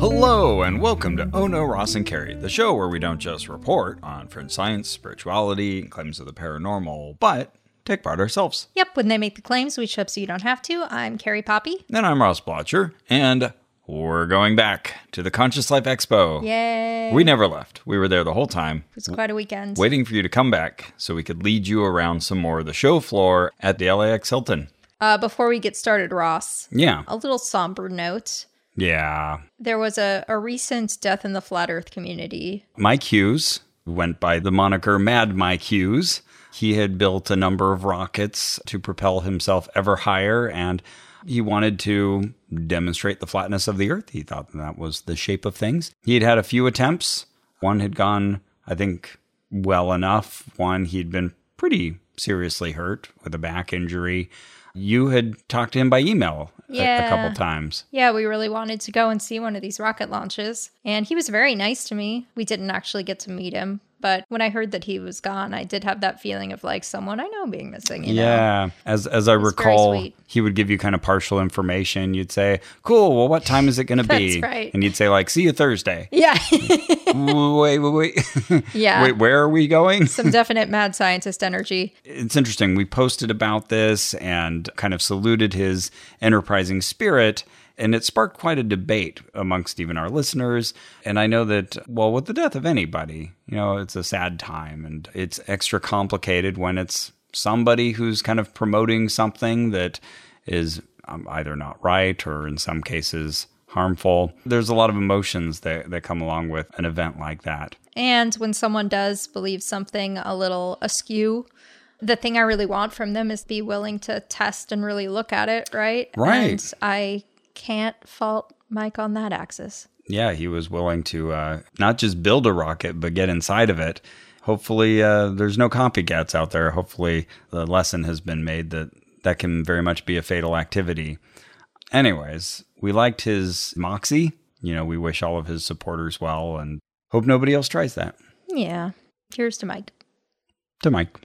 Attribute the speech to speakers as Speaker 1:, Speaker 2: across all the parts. Speaker 1: Hello, and welcome to Oh No Ross and Carrie, the show where we don't just report on fringe science, spirituality, and claims of the paranormal, but take part ourselves.
Speaker 2: Yep, when they make the claims, we show up so you don't have to. I'm Carrie Poppy.
Speaker 1: And I'm Ross Blotcher, and we're going back to the Conscious Life Expo.
Speaker 2: Yay.
Speaker 1: We never left. We were there the whole time,
Speaker 2: It was quite a weekend.
Speaker 1: waiting for you to come back so we could lead you around some more of the show floor at the LAX Hilton.
Speaker 2: Uh, before we get started, Ross,
Speaker 1: Yeah.
Speaker 2: a little somber note.
Speaker 1: Yeah.
Speaker 2: There was a, a recent death in the flat earth community.
Speaker 1: Mike Hughes went by the moniker Mad Mike Hughes. He had built a number of rockets to propel himself ever higher, and he wanted to demonstrate the flatness of the Earth. He thought that was the shape of things. He had had a few attempts. One had gone, I think, well enough. One, he'd been pretty seriously hurt with a back injury. You had talked to him by email a- a
Speaker 2: Yeah.
Speaker 1: couple times.
Speaker 2: Yeah, we really wanted to go and see one of these rocket launches. And he was very nice to me. We didn't actually get to meet him. But when I heard that he was gone, I did have that feeling of like someone I know being missing. You Know?
Speaker 1: Yeah. As as I
Speaker 2: was very
Speaker 1: recall,
Speaker 2: sweet.
Speaker 1: he would give you kind of partial information. You'd say, "Cool. Well, what time is it going to be?"
Speaker 2: That's right.
Speaker 1: And you'd say, "Like, see you Thursday."
Speaker 2: Yeah.
Speaker 1: wait, wait, wait.
Speaker 2: yeah.
Speaker 1: wait, where are we going?
Speaker 2: Some definite mad scientist energy.
Speaker 1: It's interesting. We posted about this and kind of saluted his enterprising spirit. And it sparked quite a debate amongst even our listeners. And I know that, well, with the death of anybody, you know, it's a sad time and it's extra complicated when it's somebody who's kind of promoting something that is um, either not right or in some cases harmful. There's a lot of emotions that, that come along with an event like that.
Speaker 2: And when someone does believe something a little askew, the thing I really want from them is be willing to test and really look at it, right?
Speaker 1: Right.
Speaker 2: And I can't fault Mike on that axis.
Speaker 1: yeah, he was willing to uh, not just build a rocket, but get inside of it. Hopefully, uh, there's no copycats out there. Hopefully, the lesson has been made that that can very much be a fatal activity. Anyways, we liked his moxie. You know, we wish all of his supporters well and hope nobody else tries that.
Speaker 2: Yeah. Here's to Mike.
Speaker 1: To Mike.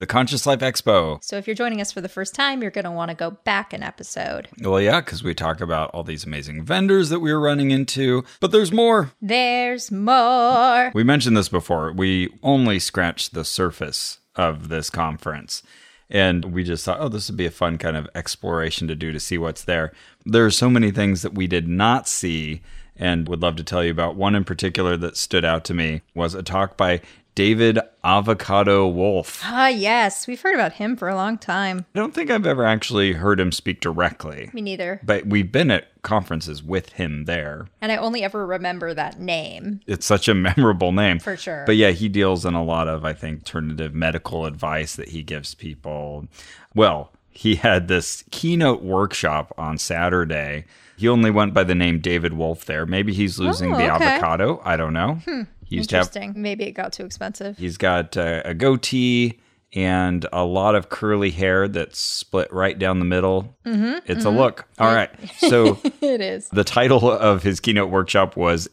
Speaker 1: The Conscious Life Expo.
Speaker 2: So if you're joining us for the first time, you're going to want to go back an episode.
Speaker 1: Well, yeah, because we talk about all these amazing vendors that we were running into, but there's more.
Speaker 2: There's more.
Speaker 1: We mentioned this before. We only scratched the surface of this conference. And we just thought, oh, this would be a fun kind of exploration to do to see what's there. There are so many things that we did not see and would love to tell you about. One in particular that stood out to me was a talk by David Avocado Wolf.
Speaker 2: Ah, yes. We've heard about him for a long time.
Speaker 1: I don't think I've ever actually heard him speak directly,
Speaker 2: Me neither.
Speaker 1: but we've been at conferences with him there.
Speaker 2: And I only ever remember that name.
Speaker 1: it's such a memorable name
Speaker 2: For sure.
Speaker 1: But yeah, he deals in a lot of I think alternative medical advice that he gives people. Well, he had this keynote workshop on Saturday. He only went by the name David Wolf there. Maybe he's losing
Speaker 2: Oh,
Speaker 1: the
Speaker 2: okay. Hmm,
Speaker 1: avocado. I don't know. He used to have
Speaker 2: Interesting. Maybe it got too expensive.
Speaker 1: He's got uh, a goatee and a lot of curly hair that's split right down the middle. Mm-hmm, it's a look. All right. So
Speaker 2: It is.
Speaker 1: the title of his keynote workshop was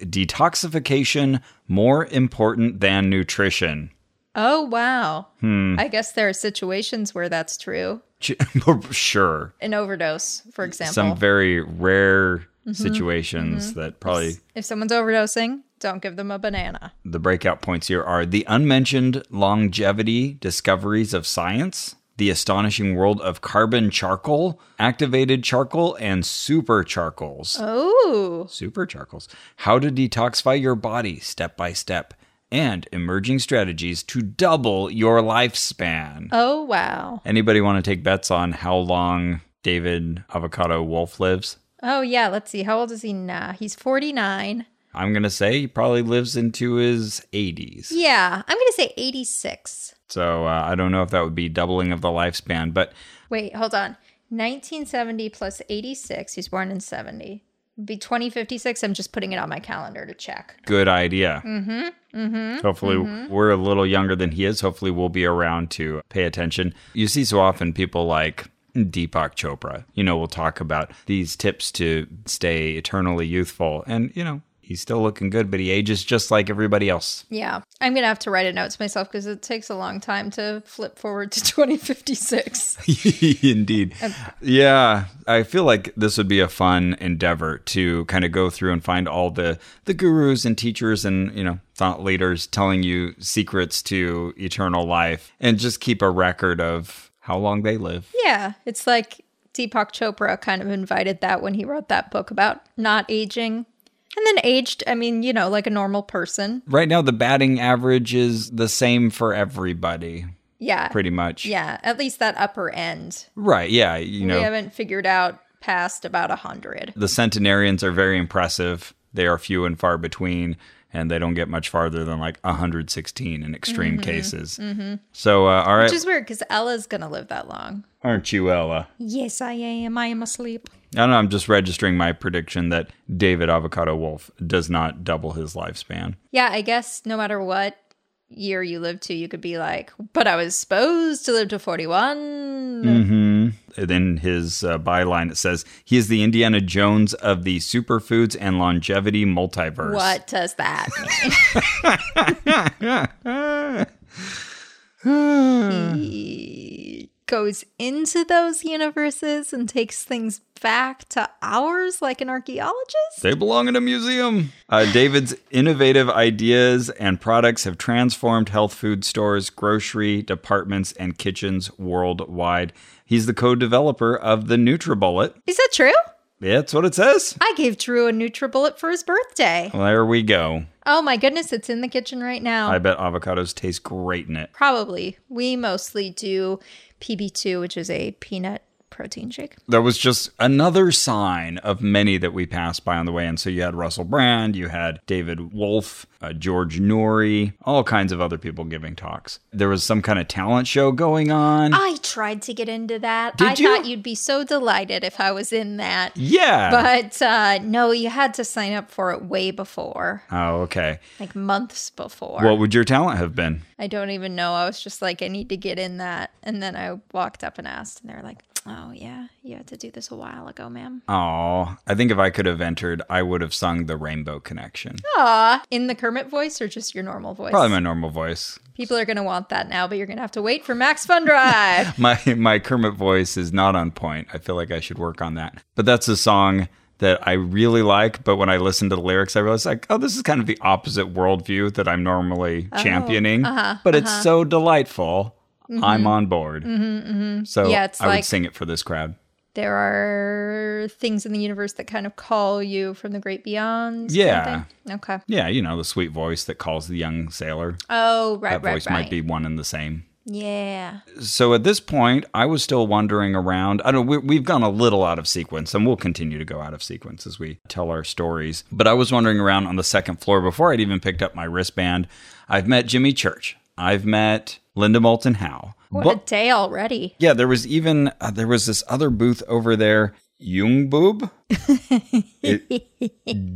Speaker 1: Detoxification More Important Than Nutrition.
Speaker 2: Oh, wow. I guess there are situations where that's true.
Speaker 1: Ch- sure.
Speaker 2: An overdose, for example.
Speaker 1: Some very rare situations that probably
Speaker 2: if someone's overdosing, don't give them a banana.
Speaker 1: the breakout points here are the unmentioned longevity discoveries of science, the astonishing world of carbon charcoal, activated charcoal, and super charcoals.
Speaker 2: Oh,
Speaker 1: Super charcoals. How to detoxify your body step by step, and emerging strategies to double your lifespan.
Speaker 2: oh, wow.
Speaker 1: Anybody want to take bets on how long David Avocado Wolf lives?
Speaker 2: Oh, yeah. Let's see. How old is he now? He's 49.
Speaker 1: I'm going to say he probably lives into his 80s.
Speaker 2: Yeah. I'm going to say 86.
Speaker 1: So uh, I don't know if that would be doubling of the lifespan, but
Speaker 2: Wait, hold on. 1970 plus 86. He's born in 70. Would Be 2056. I'm just putting it on my calendar to check.
Speaker 1: good idea. Mm-hmm. Mm-hmm. Hopefully, we're a little younger than he is. Hopefully, we'll be around to pay attention. You see, so often people like Deepak Chopra, you know, will talk about these tips to stay eternally youthful. And, you know, he's still looking good, but he ages just like everybody else.
Speaker 2: Yeah. I'm going to have to write a note to myself because it takes a long time to flip forward to 2056.
Speaker 1: Indeed. Yeah, I feel like this would be a fun endeavor to kind of go through and find all the the gurus and teachers and, you know, thought leaders telling you secrets to eternal life and just keep a record of how long they live.
Speaker 2: Yeah, it's like Deepak Chopra kind of invited that when he wrote that book about not aging. And then aged, I mean, you know, like a normal person.
Speaker 1: Right now the batting average is the same for everybody,
Speaker 2: Yeah.
Speaker 1: pretty much.
Speaker 2: Yeah, at least that upper end.
Speaker 1: Right, yeah, you know.
Speaker 2: We haven't figured out past about a 100.
Speaker 1: the centenarians are very impressive. They are few and far between, and they don't get much farther than like 116 in extreme cases. So, uh, all right,
Speaker 2: Mm-hmm. Which is weird because Ella's going to live that long.
Speaker 1: aren't you, Ella?
Speaker 2: Yes, I am. I am asleep.
Speaker 1: I don't know. I'm just registering my prediction that David Avocado Wolf does not double his lifespan.
Speaker 2: Yeah, I guess no matter what year you live to, you could be like, but I was supposed to live to 41.
Speaker 1: And In his uh, byline, it says he is the Indiana Jones of the superfoods and longevity multiverse.
Speaker 2: What does that mean? he goes into those universes and takes things back to ours like an archaeologist?
Speaker 1: They belong in a museum. Uh, David's innovative ideas and products have transformed health food stores, grocery departments, and kitchens worldwide. He's the co-developer of the NutriBullet.
Speaker 2: Is that true?
Speaker 1: That's what it says.
Speaker 2: I gave Drew a NutriBullet for his birthday.
Speaker 1: Well, there we go.
Speaker 2: Oh my goodness, it's in the kitchen right now.
Speaker 1: I bet avocados taste great in it.
Speaker 2: Probably. We mostly do PB2, which is a peanut protein shake.
Speaker 1: That was just another sign of many that we passed by on the way. And so you had Russell Brand, you had David Wolf, uh, George Norrie, all kinds of other people giving talks. There was some kind of talent show going on.
Speaker 2: I tried to get into that.
Speaker 1: Mm. Did
Speaker 2: I
Speaker 1: you?
Speaker 2: thought you'd be so delighted if I was in that.
Speaker 1: yeah.
Speaker 2: But uh, no, you had to sign up for it way before,
Speaker 1: Oh, okay.
Speaker 2: like months before.
Speaker 1: What would your talent have been?
Speaker 2: I don't even know. I was just like, I need to get in that. And then I walked up and asked, and they were like, oh, yeah, you had to do this a while ago, ma'am.
Speaker 1: Oh, I think if I could have entered, I would have sung the Rainbow Connection.
Speaker 2: Aw. In the Kermit voice or just your normal voice?
Speaker 1: Probably my normal voice.
Speaker 2: People are going to want that now, but you're going to have to wait for Max Fun Drive.
Speaker 1: My my Kermit voice is not on point. I feel like I should work on that. But that's a song that I really like. But when I listen to the lyrics, I realize like, oh, this is kind of the opposite worldview that I'm normally
Speaker 2: Oh,
Speaker 1: championing.
Speaker 2: uh-huh,
Speaker 1: but it's so delightful. I'm on board. So
Speaker 2: Mm-hmm. Yeah, it's
Speaker 1: I
Speaker 2: like-
Speaker 1: would sing it for this crowd.
Speaker 2: there are things in the universe that kind of call you from the great beyond. kind of
Speaker 1: Yeah.
Speaker 2: thing? Okay.
Speaker 1: Yeah, you know the sweet voice that calls the young sailor.
Speaker 2: Oh, right,
Speaker 1: That
Speaker 2: right,
Speaker 1: voice
Speaker 2: right.
Speaker 1: might be one and the same.
Speaker 2: Yeah.
Speaker 1: so at this point, I was still wandering around. I don't. We, we've gone a little out of sequence, and we'll continue to go out of sequence as we tell our stories. But I was wandering around on the second floor before I'd even picked up my wristband. I've met Jimmy Church. I've met Linda Moulton Howe.
Speaker 2: What
Speaker 1: But-
Speaker 2: a day already.
Speaker 1: yeah, there was even uh, there was this other booth over there, Jungboob.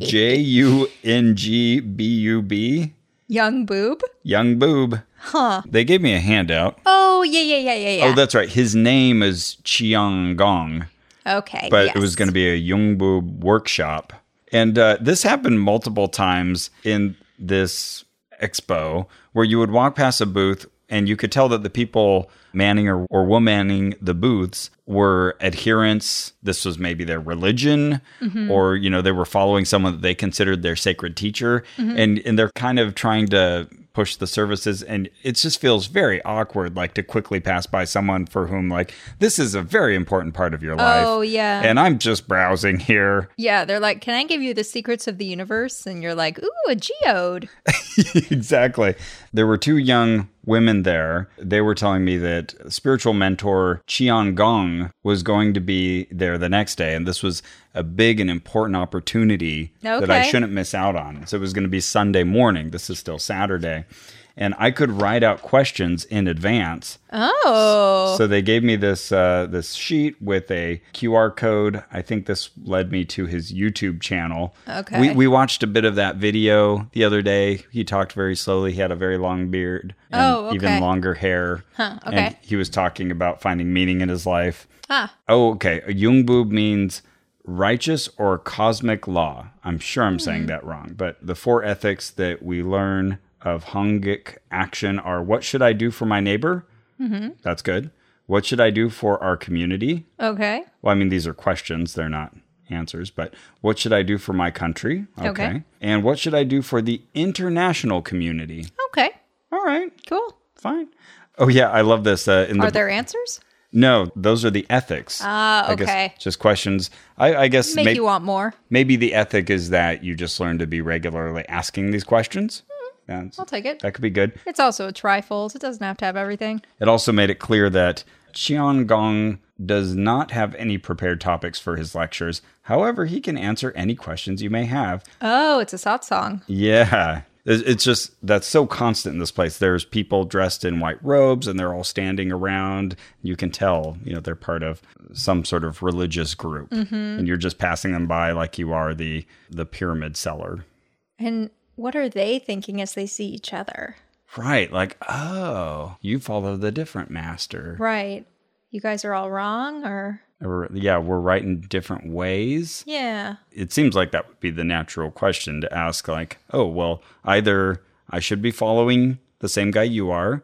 Speaker 1: J U N G B U B,
Speaker 2: Young boob.
Speaker 1: Young Boob. Huh. They gave me a handout.
Speaker 2: Oh, yeah, yeah, yeah, yeah,
Speaker 1: Oh,
Speaker 2: yeah.
Speaker 1: that's right. His name is Chiang Gong.
Speaker 2: okay.
Speaker 1: but it was going to be a Jungboob workshop. And uh, this happened multiple times in this expo where you would walk past a booth and you could tell that the people manning or, or womaning the booths were adherents. This was maybe their religion, or, you know, they were following someone that they considered their sacred teacher. And, and they're kind of trying to push the services and it just feels very awkward like to quickly pass by someone for whom like this is a very important part of your life
Speaker 2: Oh, yeah.
Speaker 1: and I'm just browsing here.
Speaker 2: yeah, they're like, can I give you the secrets of the universe? And you're like, ooh, a geode.
Speaker 1: exactly. There were two young women there. They were telling me that spiritual mentor Qian Gong was going to be there the next day. And this was a big and important opportunity that I
Speaker 2: Okay.
Speaker 1: shouldn't miss out on. So it was going to be Sunday morning. This is still Saturday. And I could write out questions in advance.
Speaker 2: Oh.
Speaker 1: So they gave me this uh, this sheet with a QR code. I think this led me to his YouTube channel.
Speaker 2: Okay.
Speaker 1: We, we watched a bit of that video the other day. He talked very slowly. He had a very long beard and
Speaker 2: Oh, okay.
Speaker 1: even longer hair.
Speaker 2: Huh,
Speaker 1: And
Speaker 2: okay.
Speaker 1: he was talking about finding meaning in his life.
Speaker 2: ah,
Speaker 1: Oh, okay. A Jungboob means righteous or cosmic law. I'm sure I'm
Speaker 2: Hmm.
Speaker 1: saying that wrong, but the four ethics that we learn of Hungic action are what should I do for my neighbor?
Speaker 2: Mm-hmm.
Speaker 1: That's good. What should I do for our community?
Speaker 2: Okay.
Speaker 1: Well, I mean, these are questions, they're not answers, but what should I do for my country?
Speaker 2: Okay.
Speaker 1: And what should I do for the international community?
Speaker 2: Okay.
Speaker 1: All right,
Speaker 2: Cool.
Speaker 1: fine. Oh, yeah, I love this. Uh, in the
Speaker 2: Are there answers?
Speaker 1: no, those are the ethics.
Speaker 2: Ah,
Speaker 1: I guess
Speaker 2: okay.
Speaker 1: just questions. I, I guess
Speaker 2: Make
Speaker 1: may-
Speaker 2: you want more.
Speaker 1: maybe the ethic is that you just learn to be regularly asking these questions. That's-
Speaker 2: I'll take it.
Speaker 1: That could be good.
Speaker 2: It's also a trifold. It doesn't have to have everything.
Speaker 1: It also made it clear that Qian Gong does not have any prepared topics for his lectures. However, he can answer any questions you may have.
Speaker 2: Oh, it's a satsang.
Speaker 1: Yeah. It's it's just that's so constant in this place. There's people dressed in white robes and they're all standing around. You can tell, you know, they're part of some sort of religious group. And you're just passing them by like you are the the pyramid seller.
Speaker 2: And what are they thinking as they see each other?
Speaker 1: Right. Like, oh, you follow the different master.
Speaker 2: Right. You guys are all wrong or
Speaker 1: Or, yeah, we're right in different ways.
Speaker 2: yeah.
Speaker 1: It seems like that would be the natural question to ask, like, oh, well, either I should be following the same guy you are,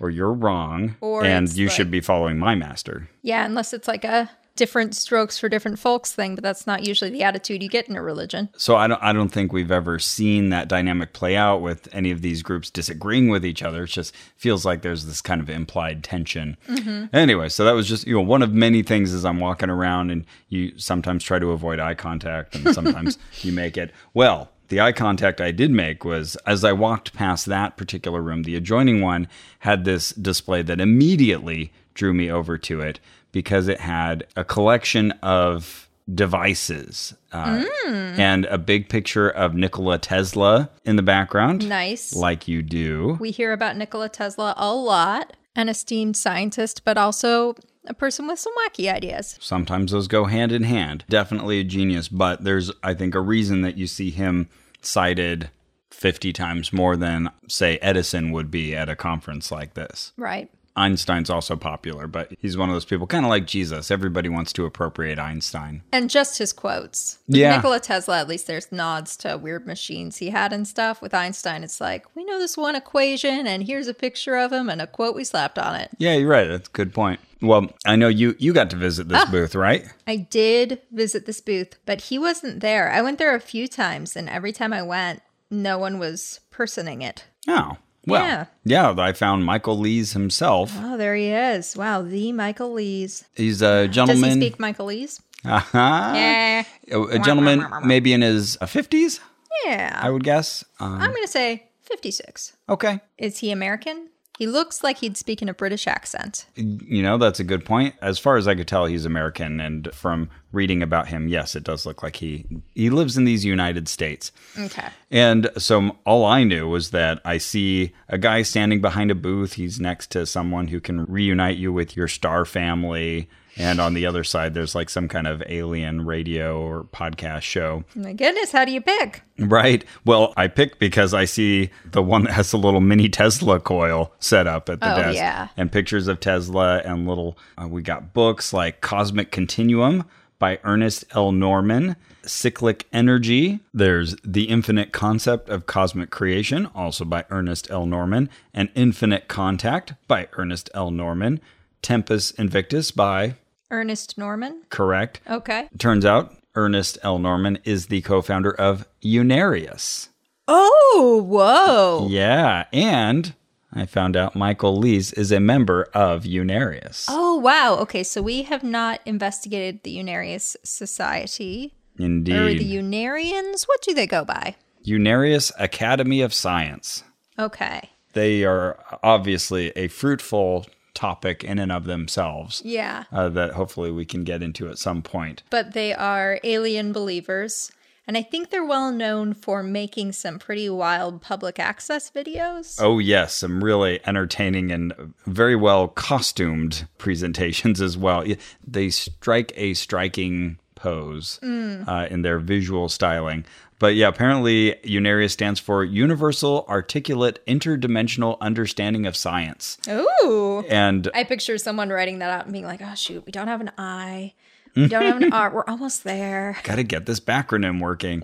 Speaker 1: or you're wrong,
Speaker 2: Mm-hmm. Or
Speaker 1: and
Speaker 2: it's
Speaker 1: you should
Speaker 2: like-
Speaker 1: be following my master.
Speaker 2: Yeah, unless it's like a different strokes for different folks thing, but that's not usually the attitude you get in a religion.
Speaker 1: So I don't I don't think we've ever seen that dynamic play out with any of these groups disagreeing with each other. It just feels like there's this kind of implied tension.
Speaker 2: Mm-hmm.
Speaker 1: Anyway, so that was just you know one of many things as I'm walking around and you sometimes try to avoid eye contact and sometimes you make it. Well, the eye contact I did make was as I walked past that particular room, the adjoining one had this display that immediately drew me over to it because it had a collection of devices uh, and a big picture of Nikola Tesla in the background.
Speaker 2: Nice.
Speaker 1: Like you do.
Speaker 2: We hear about Nikola Tesla a lot, an esteemed scientist, but also a person with some wacky ideas.
Speaker 1: Sometimes those go hand in hand. Definitely a genius, but there's, I think, a reason that you see him cited 50 times more than, say, Edison would be at a conference like this.
Speaker 2: Right.
Speaker 1: Einstein's also popular, but he's one of those people, kind of like Jesus. Everybody wants to appropriate Einstein.
Speaker 2: And just his quotes.
Speaker 1: Yeah.
Speaker 2: Nikola Tesla, at least there's nods to weird machines he had and stuff. With Einstein, it's like, we know this one equation, and here's a picture of him and a quote we slapped on it.
Speaker 1: Yeah, you're right. That's a good point. Well, I know you you got to visit
Speaker 2: Ah.
Speaker 1: this booth, right?
Speaker 2: I did visit this booth, but he wasn't there. I went there a few times, and every time I went, no one was personing it.
Speaker 1: Oh, well,
Speaker 2: Yeah.
Speaker 1: yeah. I found Michael Lees himself.
Speaker 2: Oh, there he is. Wow, the Michael Lees.
Speaker 1: He's a
Speaker 2: Does
Speaker 1: gentleman.
Speaker 2: he speak Michael Lees?
Speaker 1: Uh-huh.
Speaker 2: Yeah.
Speaker 1: A, a gentleman, maybe in his fifties, I
Speaker 2: Yeah.
Speaker 1: would guess. Um,
Speaker 2: I'm going to say 56.
Speaker 1: okay,
Speaker 2: Is he American? He looks like he'd speak in a British accent.
Speaker 1: you know that's a good point. As far as I could tell, he's American, and from reading about him, yes, it does look like he he lives in these United States.
Speaker 2: Okay.
Speaker 1: And so m- all I knew was that I see a guy standing behind a booth. He's next to someone who can reunite you with your star family. And on the other side, there's like some kind of alien radio or podcast show.
Speaker 2: My goodness, how do you pick?
Speaker 1: Right. Well, I picked because I see the one that has the little mini Tesla coil set up at the
Speaker 2: Oh,
Speaker 1: desk.
Speaker 2: yeah.
Speaker 1: And pictures of Tesla and little, uh, we got books like Cosmic Continuum by Ernest L. Norman, Cyclic Energy. There's The Infinite Concept of Cosmic Creation, also by Ernest L. Norman, and Infinite Contact by Ernest L. Norman, Tempus Invictus by,
Speaker 2: Ernest Norman.
Speaker 1: correct.
Speaker 2: Okay.
Speaker 1: Turns out Ernest L. Norman is the co founder of Unarius.
Speaker 2: Oh, whoa.
Speaker 1: Yeah, and I found out Michael Lees is a member of Unarius.
Speaker 2: Oh, wow. Okay, so we have not investigated the Unarius Society or
Speaker 1: Indeed.
Speaker 2: the Unarians. What do they go by?
Speaker 1: Unarius Academy of Science.
Speaker 2: Okay.
Speaker 1: They are obviously a fruitful topic in and of themselves
Speaker 2: Yeah.
Speaker 1: uh, that hopefully we can get into at some point.
Speaker 2: But they are alien believers. And I think they're well known for making some pretty wild public access videos.
Speaker 1: Oh, yes, some really entertaining and very well costumed presentations as well. Yeah, They strike a striking pose uh, in their visual styling. But yeah, apparently UNARIA stands for Universal Articulate Interdimensional Understanding of Science.
Speaker 2: Ooh.
Speaker 1: And
Speaker 2: "Oh, I picture someone writing that out and being like, oh, shoot, we don't have an eye. We don't have an R. We're almost there.
Speaker 1: Got to get this backronym working.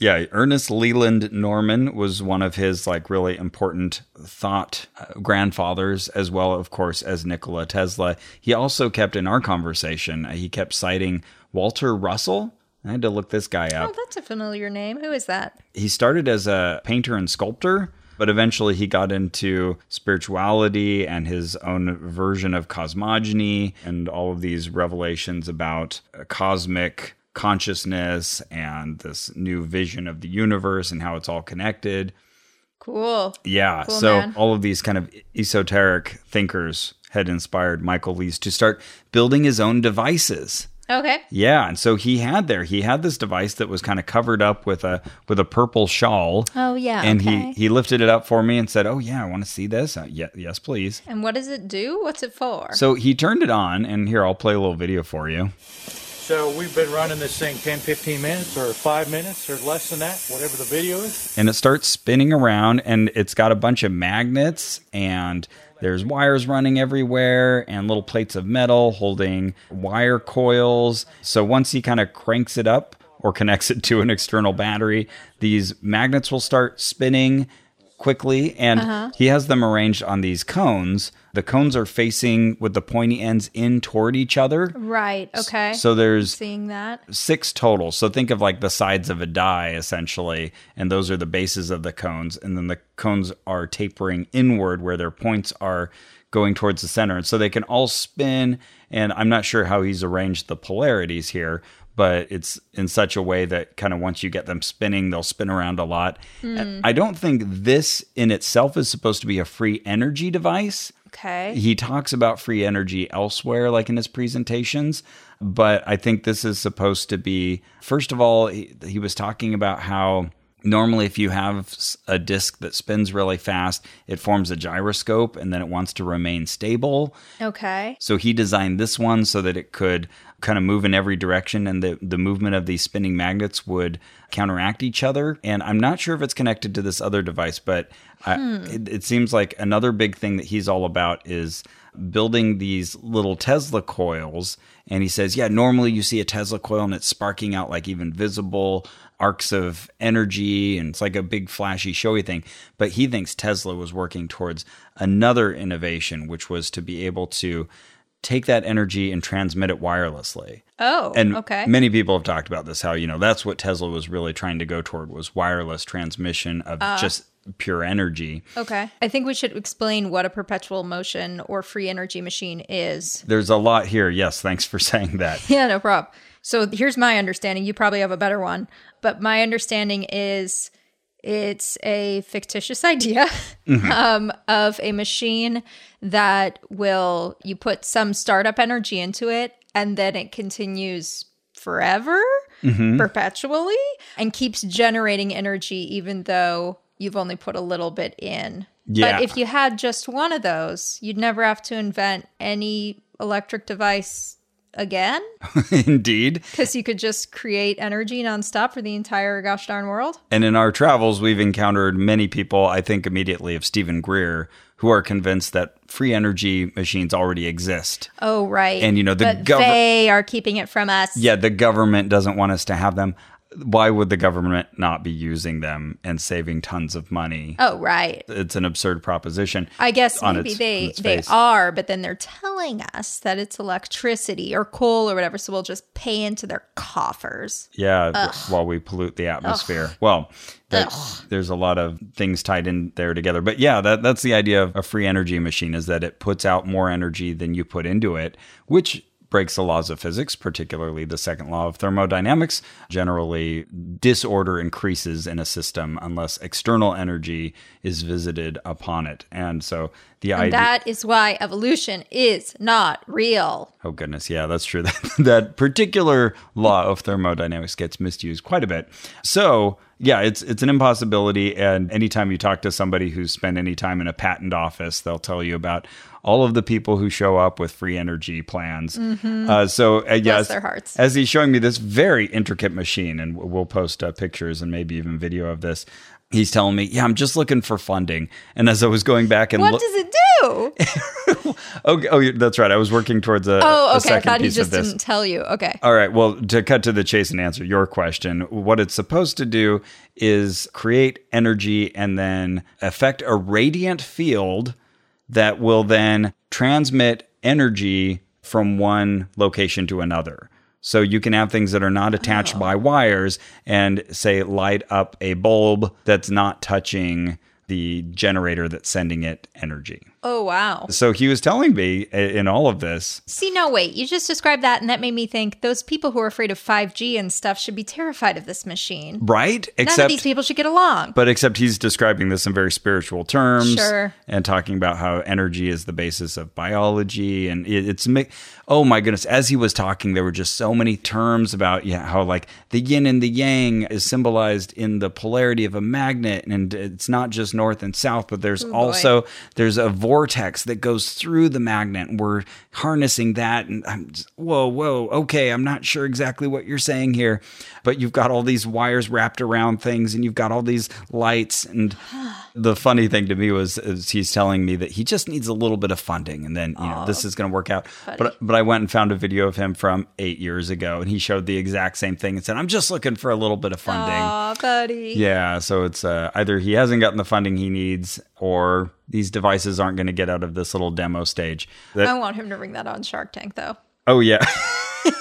Speaker 1: Yeah, Ernest Leland Norman was one of his like really important thought uh, grandfathers, as well, of course, as Nikola Tesla. He also kept in our conversation, uh, he kept citing Walter Russell. I had to look this guy
Speaker 2: Oh,
Speaker 1: up.
Speaker 2: that's a familiar name. Who is that?
Speaker 1: He started as a painter and sculptor, but eventually he got into spirituality and his own version of cosmogony and all of these revelations about uh, cosmic consciousness and this new vision of the universe and how it's all connected.
Speaker 2: Cool.
Speaker 1: Yeah.
Speaker 2: Cool,
Speaker 1: so
Speaker 2: man.
Speaker 1: all of these kind of esoteric thinkers had inspired Michael Lees to start building his own devices.
Speaker 2: Okay.
Speaker 1: Yeah, and so he had there. He had this device that was kind of covered up with a with a purple shawl.
Speaker 2: Oh, yeah,
Speaker 1: And he
Speaker 2: okay.
Speaker 1: he lifted it up for me and said, "Oh yeah, I want to see this." Uh, yeah, yes, please.
Speaker 2: And what does it do? What's it for?
Speaker 1: So he turned it on, and here I'll play a little video for you.
Speaker 3: So we've been running this thing 10, 15 minutes or five minutes or less than that, whatever the video is.
Speaker 1: and it starts spinning around and it's got a bunch of magnets and there's wires running everywhere and little plates of metal holding wire coils so once he kind of cranks it up or connects it to an external battery these magnets will start spinning quickly and he has them arranged on these cones the cones are facing with the pointy ends in toward each other
Speaker 2: right. Okay.
Speaker 1: so there's
Speaker 2: seeing that.
Speaker 1: six total. So think of like the sides of a die essentially, and those are the bases of the cones, and then the cones are tapering inward where their points are going towards the center. And so they can all spin, and I'm not sure how he's arranged the polarities here, but it's in such a way that kind of once you get them spinning, they'll spin around a lot. And I don't think this in itself is supposed to be a free energy device
Speaker 2: Okay.
Speaker 1: he talks about free energy elsewhere like in his presentations but i think this is supposed to be first of all he, he was talking about how normally if you have s- a disk that spins really fast it forms a gyroscope and then it wants to remain stable
Speaker 2: Okay.
Speaker 1: so he designed this one so that it could kind of move in every direction and the, the movement of these spinning magnets would counteract each other. And I'm not sure if it's connected to this other device, but I, it, it seems like another big thing that he's all about is building these little Tesla coils. And he says, yeah, normally you see a Tesla coil and it's sparking out like even visible arcs of energy and it's like a big flashy showy thing but he thinks tesla was working towards another innovation which was to be able to take that energy and transmit it wirelessly
Speaker 2: Oh.
Speaker 1: and
Speaker 2: okay.
Speaker 1: many people have talked about this how you know that's what tesla was really trying to go toward was wireless transmission of just pure energy
Speaker 2: okay. I think we should explain what a perpetual motion or free energy machine is.
Speaker 1: there's a lot here yes thanks for saying that
Speaker 2: Yeah, no problem. So here's my understanding. You probably have a better one, but my understanding is it's a fictitious idea um, of a machine that will you put some startup energy into it and then it continues forever perpetually and keeps generating energy even though you've only put a little bit in
Speaker 1: Yeah.
Speaker 2: but if you had just one of those you'd never have to invent any electric device again
Speaker 1: indeed
Speaker 2: because you could just create energy nonstop for the entire gosh darn world
Speaker 1: And in our travels, we've encountered many people, I think immediately of Stephen Greer, who are convinced that free energy machines already exist.
Speaker 2: Oh, right.
Speaker 1: And, you know, the
Speaker 2: but
Speaker 1: gov-
Speaker 2: they are keeping it from us.
Speaker 1: Yeah, the government doesn't want us to have them. Why would the government not be using them and saving tons of money?
Speaker 2: Oh, right.
Speaker 1: It's an absurd proposition.
Speaker 2: I guess
Speaker 1: on
Speaker 2: maybe
Speaker 1: its- on
Speaker 2: they
Speaker 1: its
Speaker 2: they
Speaker 1: face.
Speaker 2: are, but then they're telling us that it's electricity or coal or whatever, so we'll just pay into their coffers.
Speaker 1: Yeah, while we pollute the atmosphere. Well, there- there's a lot of things tied in there together. But yeah, that, that's the idea of a free energy machine is that it puts out more energy than you put into it, which breaks the laws of physics, particularly the second law of thermodynamics. Generally, disorder increases in a system unless external energy is visited upon it. And so the idea.
Speaker 2: That is why evolution is not real.
Speaker 1: Oh goodness, yeah, that's true. That, that particular law of thermodynamics gets misused quite a bit. So yeah, it's it's an impossibility. And anytime you talk to somebody who's spent any time in a patent office, they'll tell you about all of the people who show up with free energy plans. Uh, so uh, yes,
Speaker 2: Mm-hmm. their hearts.
Speaker 1: as he's showing me this very intricate machine, and w- we'll post uh, pictures and maybe even video of this. He's telling me, yeah, I'm just looking for funding. And as I was going back and
Speaker 2: What
Speaker 1: look-
Speaker 2: does it do?
Speaker 1: Okay, oh, yeah, that's right. I was working towards a,
Speaker 2: Oh,
Speaker 1: a
Speaker 2: okay. I
Speaker 1: second
Speaker 2: thought he
Speaker 1: piece
Speaker 2: just
Speaker 1: of this. Uh,
Speaker 2: didn't tell you. Okay.
Speaker 1: All right. Well, to cut to the chase and answer your question, what it's supposed to do is create energy and then affect a radiant field that will then transmit energy from one location to another. So you can have things that are not attached
Speaker 2: Oh.
Speaker 1: by wires and say light up a bulb that's not touching the generator that's sending it energy.
Speaker 2: Oh, wow.
Speaker 1: So he was telling me uh, in all of this
Speaker 2: See, no, wait. You just described that, and that made me think those people who are afraid of 5G and stuff should be terrified of this machine.
Speaker 1: Right?
Speaker 2: None of these people should get along.
Speaker 1: But except he's describing this in very spiritual terms
Speaker 2: Sure.
Speaker 1: and talking about how energy is the basis of biology. And it, it's, mi- oh my goodness, as he was talking, there were just so many terms about yeah, how like the yin and the yang is symbolized in the polarity of a magnet. And it's not just north and south, but there's also, there's a vortex that goes through the magnet. And we're harnessing that. And I'm just, whoa, whoa, okay, I'm not sure exactly what you're saying here. But you've got all these wires wrapped around things and you've got all these lights. And the funny thing to me was is he's telling me that he just needs a little bit of funding and then you know this is going to work out. But but I went and found a video of him from eight years ago and he showed the exact same thing and said, I'm just looking for a little bit of funding.
Speaker 2: Aw, buddy.
Speaker 1: Yeah, so it's uh, either he hasn't gotten the funding he needs, or these devices aren't going to get out of this little demo stage. That-
Speaker 2: I want him to bring that on Shark Tank, though.
Speaker 1: Oh yeah.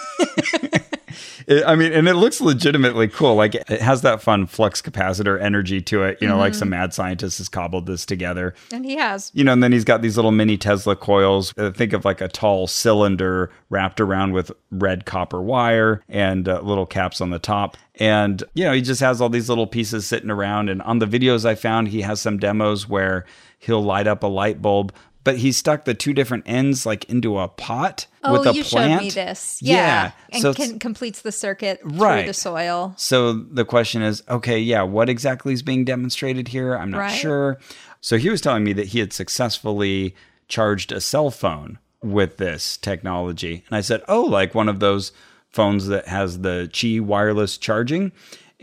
Speaker 1: It- I mean, and it looks legitimately cool. Like it has that fun flux capacitor energy to it. You know, like some mad scientist has cobbled this together.
Speaker 2: And he has.
Speaker 1: You know, and then he's got these little mini Tesla coils. Uh, think of like a tall cylinder wrapped around with red copper wire and uh, little caps on the top. And, you know, he just has all these little pieces sitting around. And on the videos I found, he has some demos where he'll light up a light bulb, but he stuck the two different ends like into a pot
Speaker 2: Oh,
Speaker 1: with a
Speaker 2: you
Speaker 1: plant.
Speaker 2: showed me this.
Speaker 1: Yeah.
Speaker 2: Yeah. And
Speaker 1: So it's-
Speaker 2: can, completes the circuit
Speaker 1: Right.
Speaker 2: through the soil.
Speaker 1: So the question is, okay, yeah, what exactly is being demonstrated here? I'm not
Speaker 2: Right.
Speaker 1: sure. So he was telling me that he had successfully charged a cell phone with this technology. And I said, "Oh, like one of those phones that has the Qi wireless charging?"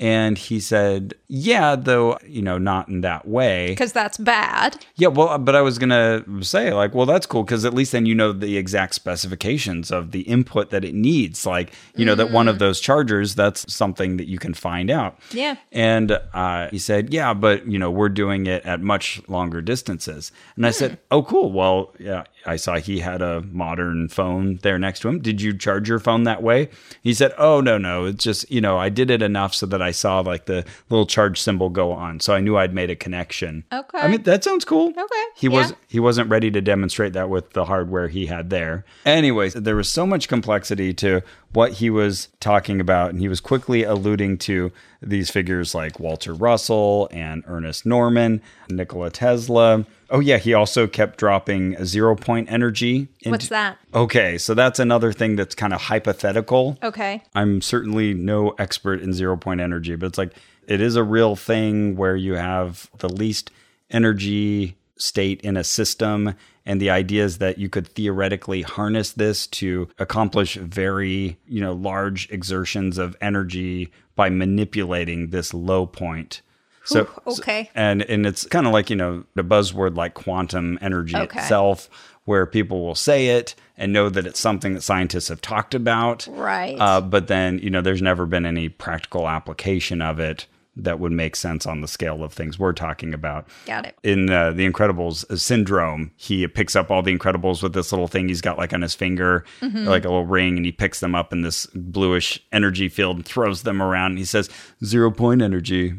Speaker 1: And he said, "Yeah, though, you know, not in that way."
Speaker 2: Because that's bad.
Speaker 1: Yeah, well, but I was gonna say like, well, that's cool because at least then you know the exact specifications of the input that it needs. Like, you know that one of those chargers, that's something that you can find out.
Speaker 2: Yeah.
Speaker 1: And uh, he said, yeah, but you know we're doing it at much longer distances. And I said, oh, cool. Well, yeah, I saw he had a modern phone there next to him. Did you charge your phone that way? He said, oh no no, it's just you know I did it enough so that I saw like the little charge symbol go on, so I knew I'd made a connection.
Speaker 2: Okay.
Speaker 1: I mean that sounds cool.
Speaker 2: Okay,
Speaker 1: He
Speaker 2: yeah.
Speaker 1: was he wasn't ready to demonstrate that with the hardware he had there. Anyways, there was so much complexity to what he was talking about, and he was quickly alluding to these figures like Walter Russell and Ernest Norman, Nikola Tesla. Oh yeah, he also kept dropping zero point energy. Into,
Speaker 2: What's that?
Speaker 1: Okay, so that's another thing that's kind of hypothetical.
Speaker 2: Okay.
Speaker 1: I'm certainly no expert in zero point energy, but it's like it is a real thing where you have the least energy state in a system. And the idea is that you could theoretically harness this to accomplish very, you know, large exertions of energy by manipulating this low point. So so-
Speaker 2: okay.
Speaker 1: and and it's kind of like you know the buzzword like quantum energy
Speaker 2: Okay.
Speaker 1: itself, where people will say it and know that it's something that scientists have talked about,
Speaker 2: Right.
Speaker 1: uh, but then, you know, there's never been any practical application of it that would make sense on the scale of things we're talking about.
Speaker 2: Got it.
Speaker 1: In uh, The Incredibles Syndrome, he picks up all the Incredibles with this little thing he's got like on his finger,
Speaker 2: Mm-hmm.
Speaker 1: like a little ring, and he picks them up in this bluish energy field and throws them around. And he says, Zero point energy,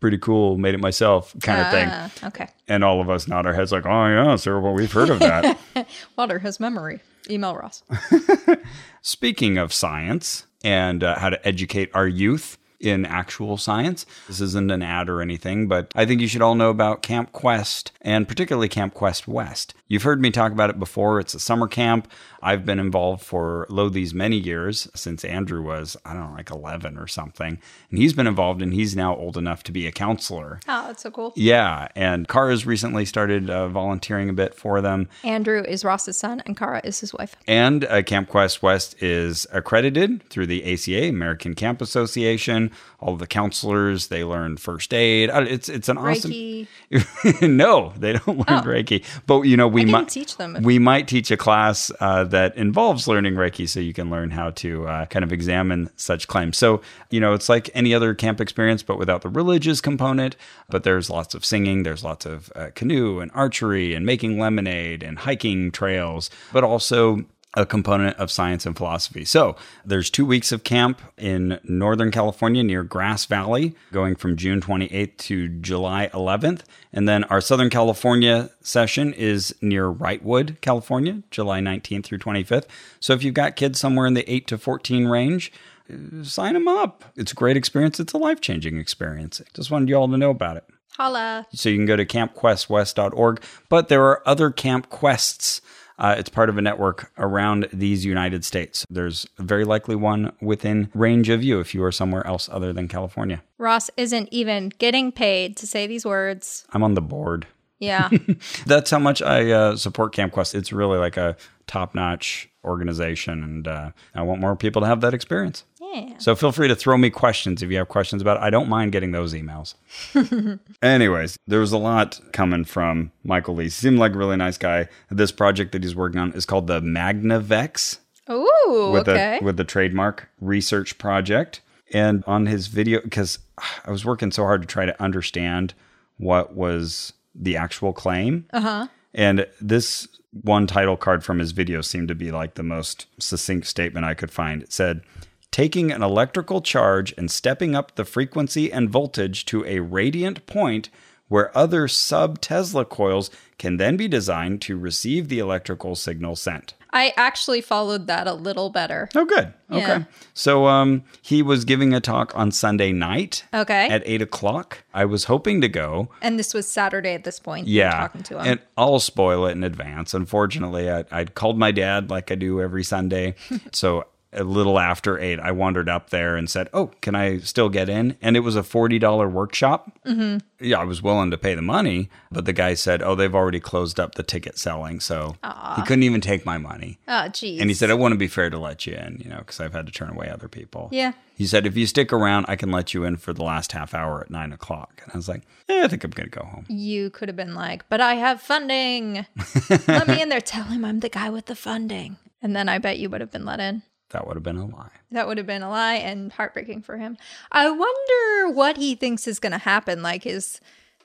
Speaker 1: pretty cool, made it myself, kind of
Speaker 2: Ah,
Speaker 1: thing.
Speaker 2: okay.
Speaker 1: And all of us nod our heads like, oh, yeah, sir, well, we've heard of that.
Speaker 2: Walter has memory. Email Ross.
Speaker 1: Speaking of science and uh, how to educate our youth in actual science, this isn't an ad or anything, but I think you should all know about Camp Quest and particularly Camp Quest West. You've heard me talk about it before. It's a summer camp. I've been involved for lo these many years since Andrew was, I don't know, like 11 or something. And he's been involved and he's now old enough to be a counselor.
Speaker 2: Oh, that's so cool.
Speaker 1: Yeah. And Cara's recently started uh, volunteering a bit for them.
Speaker 2: Andrew is Ross's son, and Kara is his wife.
Speaker 1: And uh, Camp Quest West is accredited through the ACA, American Camp Association. education. All the counselors they learn first aid. Uh, It's it's an awesome.
Speaker 2: Reiki. Oh.
Speaker 1: no, they don't learn Reiki. But you know, we
Speaker 2: didn't
Speaker 1: might
Speaker 2: teach them.
Speaker 1: We might teach a class uh, that involves learning Reiki, so you can learn how to uh, kind of examine such claims. So you know, it's like any other camp experience, but without the religious component. But there's lots of singing, there's lots of uh, canoe and archery and making lemonade and hiking trails, but also a component of science and philosophy. So there's two weeks of camp in Northern California near Grass Valley, going from June 28th to July 11th. And then our Southern California session is near Wrightwood, California, July 19th through 25th. So if you've got kids somewhere in the 8 to 14 range, uh, sign them up. It's a great experience. It's a life changing experience. Just wanted you all to know about it.
Speaker 2: Holla.
Speaker 1: So you can go to campquestwest.org. But there are other camp quests. Uh, it's part of a network around these United States. There's very likely one within range of you if you are somewhere else other than California.
Speaker 2: Ross isn't even getting paid to say these words.
Speaker 1: I'm on the board.
Speaker 2: Yeah.
Speaker 1: That's how much I uh, support Camp Quest. It's really like a top notch organization, and uh, I want more people to have that experience.
Speaker 2: yeah.
Speaker 1: So feel free to throw me questions if you have questions about it. I don't mind getting those emails. Anyways, there was a lot coming from Michael Lee. Seemed like a really nice guy. This project that he's working on is called the Magnavex
Speaker 2: Ooh,
Speaker 1: with
Speaker 2: okay.
Speaker 1: the with the trademark research project. And on his video, because I was working so hard to try to understand what was the actual claim. Uh-huh. And this one title card from his video seemed to be like the most succinct statement I could find. It said, Taking an electrical charge and stepping up the frequency and voltage to a radiant point where other sub Tesla coils can then be designed to receive the electrical signal sent.
Speaker 2: I actually followed that a little better.
Speaker 1: Oh, good. Okay.
Speaker 2: Yeah.
Speaker 1: So um, he was giving a talk on Sunday night.
Speaker 2: Okay.
Speaker 1: At eight o'clock. I was hoping to go.
Speaker 2: And this was Saturday at this point. you were
Speaker 1: Yeah.
Speaker 2: Talking to him.
Speaker 1: And I'll spoil it in advance. Unfortunately, I, I'd called my dad like I do every Sunday. so a little after eight, I wandered up there and said, Oh, can I still get in? And it was a $40 workshop. Mm-hmm. Yeah, I was willing to pay the money, but the guy said, Oh, they've already closed up the ticket selling. So he couldn't even take my money.
Speaker 2: oh, geez.
Speaker 1: And he said, I want to be fair to let you in, you know, because I've had to turn away other people.
Speaker 2: Yeah.
Speaker 1: He said, if you stick around, I can let you in for the last half hour at nine o'clock. And I was like, eh, I think I'm going to go home.
Speaker 2: You could have been like, but I have funding. let me in there. Tell him I'm the guy with the funding. And then I bet you would have been let in.
Speaker 1: That would have been a lie.
Speaker 2: That would have been a lie and heartbreaking for him. I wonder what he thinks is going to happen. Like, is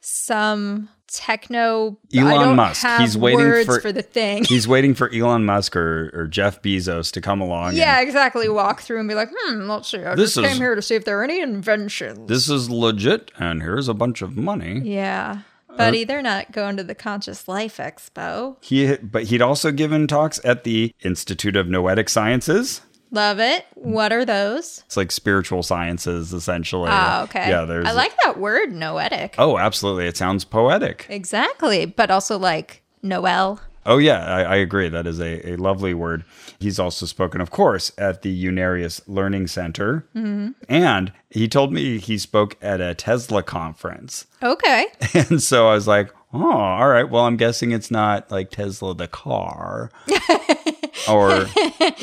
Speaker 2: some techno I
Speaker 1: Elon
Speaker 2: don't
Speaker 1: Musk.
Speaker 2: have
Speaker 1: He's waiting
Speaker 2: words
Speaker 1: for-
Speaker 2: the thing.
Speaker 1: He's waiting for Elon Musk or, or Jeff Bezos to come along.
Speaker 2: yeah,
Speaker 1: and,
Speaker 2: exactly. Walk through and be like, hmm, let's see. I
Speaker 1: This
Speaker 2: just
Speaker 1: is-
Speaker 2: came here to see if there are any inventions.
Speaker 1: This is legit, and here's a bunch of money.
Speaker 2: yeah.
Speaker 1: Uh,
Speaker 2: Buddy, they're not going to the Conscious Life Expo.
Speaker 1: He, but he'd also given talks at the Institute of Noetic Sciences.
Speaker 2: Love it. What are those?
Speaker 1: It's like spiritual sciences, essentially.
Speaker 2: Oh, okay.
Speaker 1: Yeah, there's.
Speaker 2: I like that word, noetic.
Speaker 1: Oh, absolutely. It sounds poetic.
Speaker 2: Exactly. But also like Noel.
Speaker 1: Oh yeah, I, I agree. That is a, a lovely word. He's also spoken, of course, at the Unarius Learning Center,
Speaker 2: Mm-hmm.
Speaker 1: and he told me he spoke at a Tesla conference,
Speaker 2: Okay.
Speaker 1: and so I was like, oh, all right. Well, I'm guessing it's not like Tesla the car, or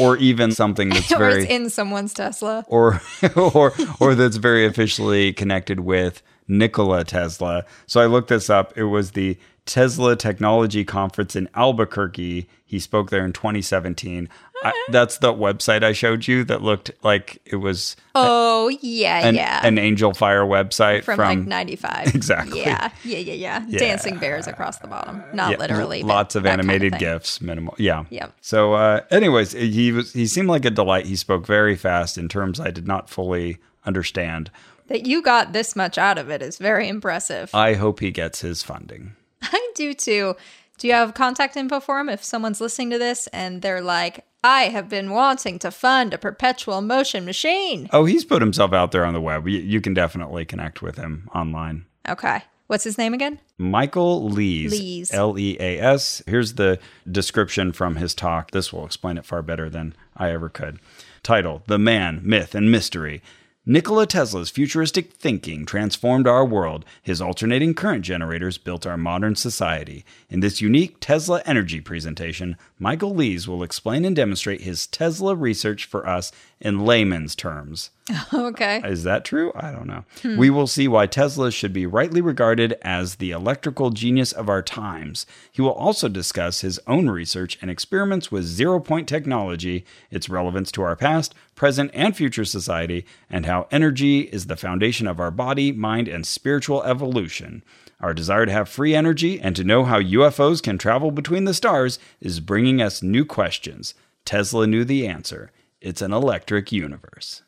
Speaker 1: or even something that's
Speaker 2: or
Speaker 1: very
Speaker 2: it's in someone's Tesla.
Speaker 1: or or or that's very officially connected with Nikola Tesla. So I looked this up. It was the Tesla Technology Conference in Albuquerque. He spoke there in 2017. I, that's the website I showed you that looked like it was
Speaker 2: Oh, yeah,
Speaker 1: an,
Speaker 2: yeah.
Speaker 1: an Angel Fire website
Speaker 2: from,
Speaker 1: from,
Speaker 2: like 95.
Speaker 1: Exactly.
Speaker 2: Yeah. Yeah, yeah, yeah. Dancing bears across the bottom. Not
Speaker 1: yeah,
Speaker 2: literally. but
Speaker 1: Lots of
Speaker 2: that kind
Speaker 1: animated
Speaker 2: thing.
Speaker 1: gifs, minimal. Yeah.
Speaker 2: Yep.
Speaker 1: So, uh, anyways, he was he seemed like a delight. He spoke very fast in terms I did not fully understand.
Speaker 2: That you got this much out of it is very impressive.
Speaker 1: I hope he gets his funding.
Speaker 2: I do too. Do you have contact info for him if someone's listening to this and they're like, I have been wanting to fund a perpetual motion machine?
Speaker 1: Oh, he's put himself out there on the web. You, you can definitely connect with him online.
Speaker 2: Okay. What's his name again?
Speaker 1: Michael Lees.
Speaker 2: Lees.
Speaker 1: L E A S. Here's the description from his talk. This will explain it far better than I ever could. Title The Man, Myth, and Mystery. Nikola Tesla's futuristic thinking transformed our world. His alternating current generators built our modern society. In this unique Tesla energy presentation, Michael Lees will explain and demonstrate his Tesla research for us in layman's terms.
Speaker 2: Okay.
Speaker 1: Is that true? I don't know. We will see why Tesla should be rightly regarded as the electrical genius of our times. He will also discuss his own research and experiments with zero point technology, its relevance to our past, present, and future society, and how energy is the foundation of our body, mind, and spiritual evolution. Our desire to have free energy and to know how UFOs can travel between the stars is bringing us new questions. Tesla knew the answer it's an electric universe.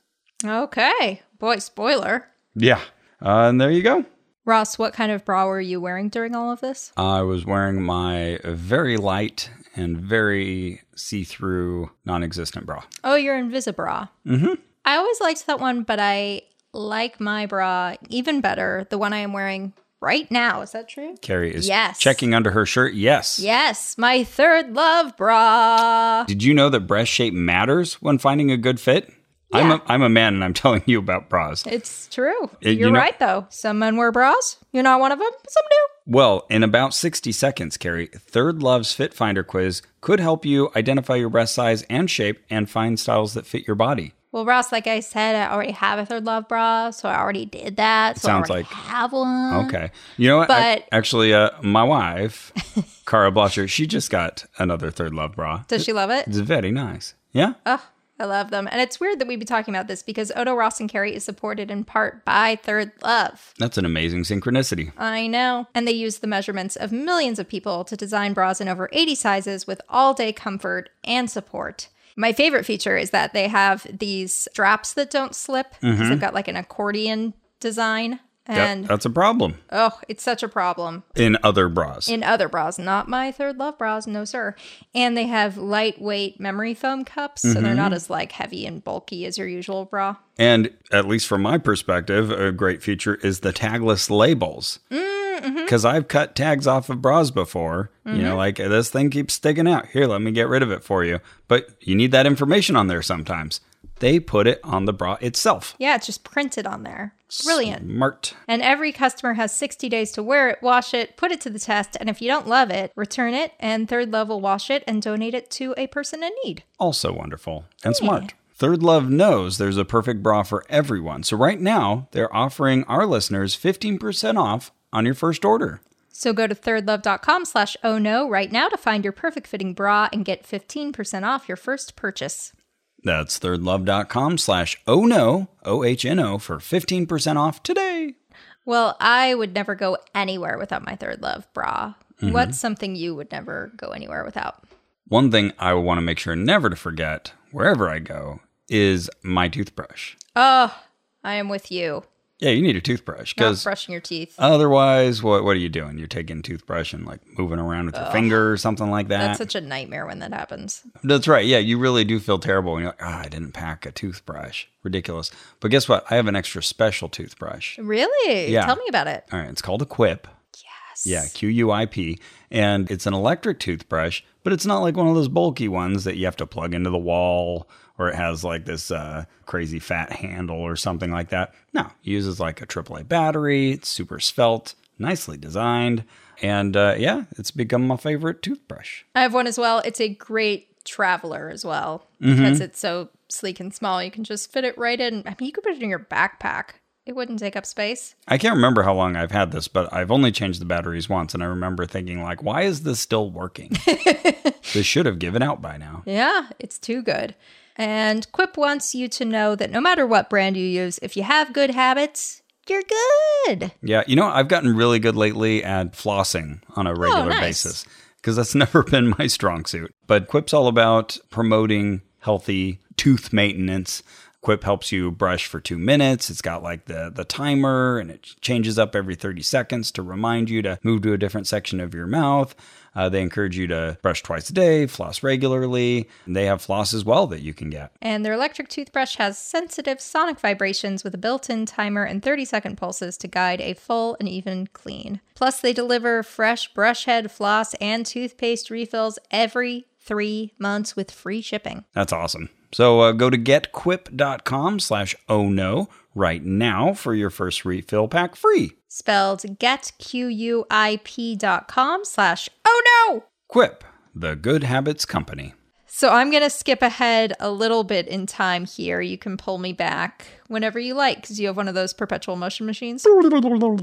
Speaker 2: Okay. Boy, spoiler.
Speaker 1: Yeah. Uh, and there you go.
Speaker 2: Ross, what kind of bra were you wearing during all of this?
Speaker 1: I was wearing my very light and very see through, non existent bra.
Speaker 2: Oh, your Invisibra. Mm-hmm. I always liked that one, but I like my bra even better, the one I am wearing right now. Is that true?
Speaker 1: Carrie is
Speaker 2: Yes.
Speaker 1: checking under her shirt. Yes.
Speaker 2: Yes, my third love bra.
Speaker 1: Did you know that breast shape matters when finding a good fit? I'm,
Speaker 2: Yeah.
Speaker 1: a, I'm a man and I'm telling you about bras.
Speaker 2: It's true.
Speaker 1: It- you
Speaker 2: You're
Speaker 1: know-
Speaker 2: right, though. Some men wear bras. You're not one of them, but some do.
Speaker 1: Well, in about 60 seconds, Carrie, Third Love's Fit Finder quiz could help you identify your breast size and shape and find styles that fit your body.
Speaker 2: Well, Ross, like I said, I already have a third love bra, so I already did that. So
Speaker 1: sounds
Speaker 2: I already
Speaker 1: like-
Speaker 2: have one.
Speaker 1: Okay. You know what? I-
Speaker 2: Mm-hmm. But-
Speaker 1: actually, uh, my wife, Cara Blotcher, she just got another Third Love bra.
Speaker 2: Does she Oh. love it?
Speaker 1: It's very nice. Yeah.
Speaker 2: I love them. And it's weird that we'd be talking about this because Odo Ross and Carrie is supported in part by Third Love.
Speaker 1: That's an amazing synchronicity.
Speaker 2: I know. And they use the measurements of millions of people to design bras in over 80 sizes with all day comfort and support. My favorite feature is that they have these straps that don't slip 'cause they've got like an accordion design.
Speaker 1: That-
Speaker 2: And
Speaker 1: that's a problem
Speaker 2: oh, it's such a problem.
Speaker 1: in other bras.
Speaker 2: in other bras, not my third love bras, no sir. And they have lightweight memory foam cups, so they're not as like heavy and bulky as your usual bra.
Speaker 1: and at least from my perspective, a great feature is the tagless labels.
Speaker 2: Mm-hmm.
Speaker 1: Because I've cut tags off of bras before. You
Speaker 2: Mm-hmm.
Speaker 1: know, like this thing keeps sticking out. Here, let me get rid of it for you. But you need that information on there sometimes. They put it on the bra itself.
Speaker 2: Yeah, it's just printed on there. Brilliant.
Speaker 1: Smart.
Speaker 2: And every customer has 60 days to wear it, wash it, put it to the test, and if you don't love it, return it, and Third Love will wash it and donate it to a person in need.
Speaker 1: also wonderful and
Speaker 2: Hmm.
Speaker 1: smart. Third Love knows there's a perfect bra for everyone. So right now, they're offering our listeners 15% off on your first order.
Speaker 2: So go to thirdlove.com slash oh no right now to find your perfect fitting bra and get 15% off your first purchase.
Speaker 1: That's thirdlove.com slash oh no, O-H-N-O for 15% off today.
Speaker 2: Well, I would never go anywhere without my third love bra.
Speaker 1: Mm-hmm.
Speaker 2: What's something you would never go anywhere without?
Speaker 1: One thing I want to make sure never to forget wherever I go is my toothbrush.
Speaker 2: I am with you.
Speaker 1: Yeah, you need a toothbrush
Speaker 2: Not
Speaker 1: because
Speaker 2: brushing your teeth.
Speaker 1: otherwise, what, what are you doing? You're taking a toothbrush and like moving around with your finger or something like that.
Speaker 2: That's such a nightmare when that happens.
Speaker 1: That's right. Yeah, you really do feel terrible when you're like, ah, I didn't pack a toothbrush. Ridiculous. But guess what? I have an extra special toothbrush.
Speaker 2: Really?
Speaker 1: Yeah.
Speaker 2: Tell me about it.
Speaker 1: All right, it's called a Quip.
Speaker 2: Yes.
Speaker 1: Yeah, Q U I P. And it's an electric toothbrush, but it's not like one of those bulky ones that you have to plug into the wall or it has like this uh, crazy fat handle or something like that. No, it uses like a AAA battery. It's super svelte, nicely designed. And uh, yeah, it's become my favorite toothbrush.
Speaker 2: I have one as well. It's a great traveler as well because it's so sleek and small. You can just fit it right in. I mean, you could put it in your backpack. It wouldn't take up space.
Speaker 1: I can't remember how long I've had this, but I've only changed the batteries once, and I remember thinking, like, why is this still working? this should have given out by now.
Speaker 2: Yeah, it's too good. And Quip wants you to know that no matter what brand you use, if you have good habits, you're good.
Speaker 1: Yeah, you know, I've gotten really good lately at flossing on a regular
Speaker 2: nice.
Speaker 1: basis because that's never been my strong suit. But Quip's all about promoting healthy tooth maintenance. Quip helps you brush for two minutes. It's got like the the timer, and it changes up every thirty seconds to remind you to move to a different section of your mouth. Uh, they encourage you to brush twice a day, floss regularly. And they have floss as well that you can get.
Speaker 2: And their electric toothbrush has sensitive sonic vibrations with a built in timer and 30 second pulses to guide a full and even clean. Plus, they deliver fresh brush head, floss, and toothpaste refills every three months with free shipping.
Speaker 1: That's awesome. So uh, go to getquip.com slash oh no right now for your first refill pack free.
Speaker 2: Spelled getquip.com slash oh no!
Speaker 1: Quip, the good habits company.
Speaker 2: So I'm going to skip ahead a little bit in time here. You can pull me back whenever you like because you have one of those perpetual motion machines.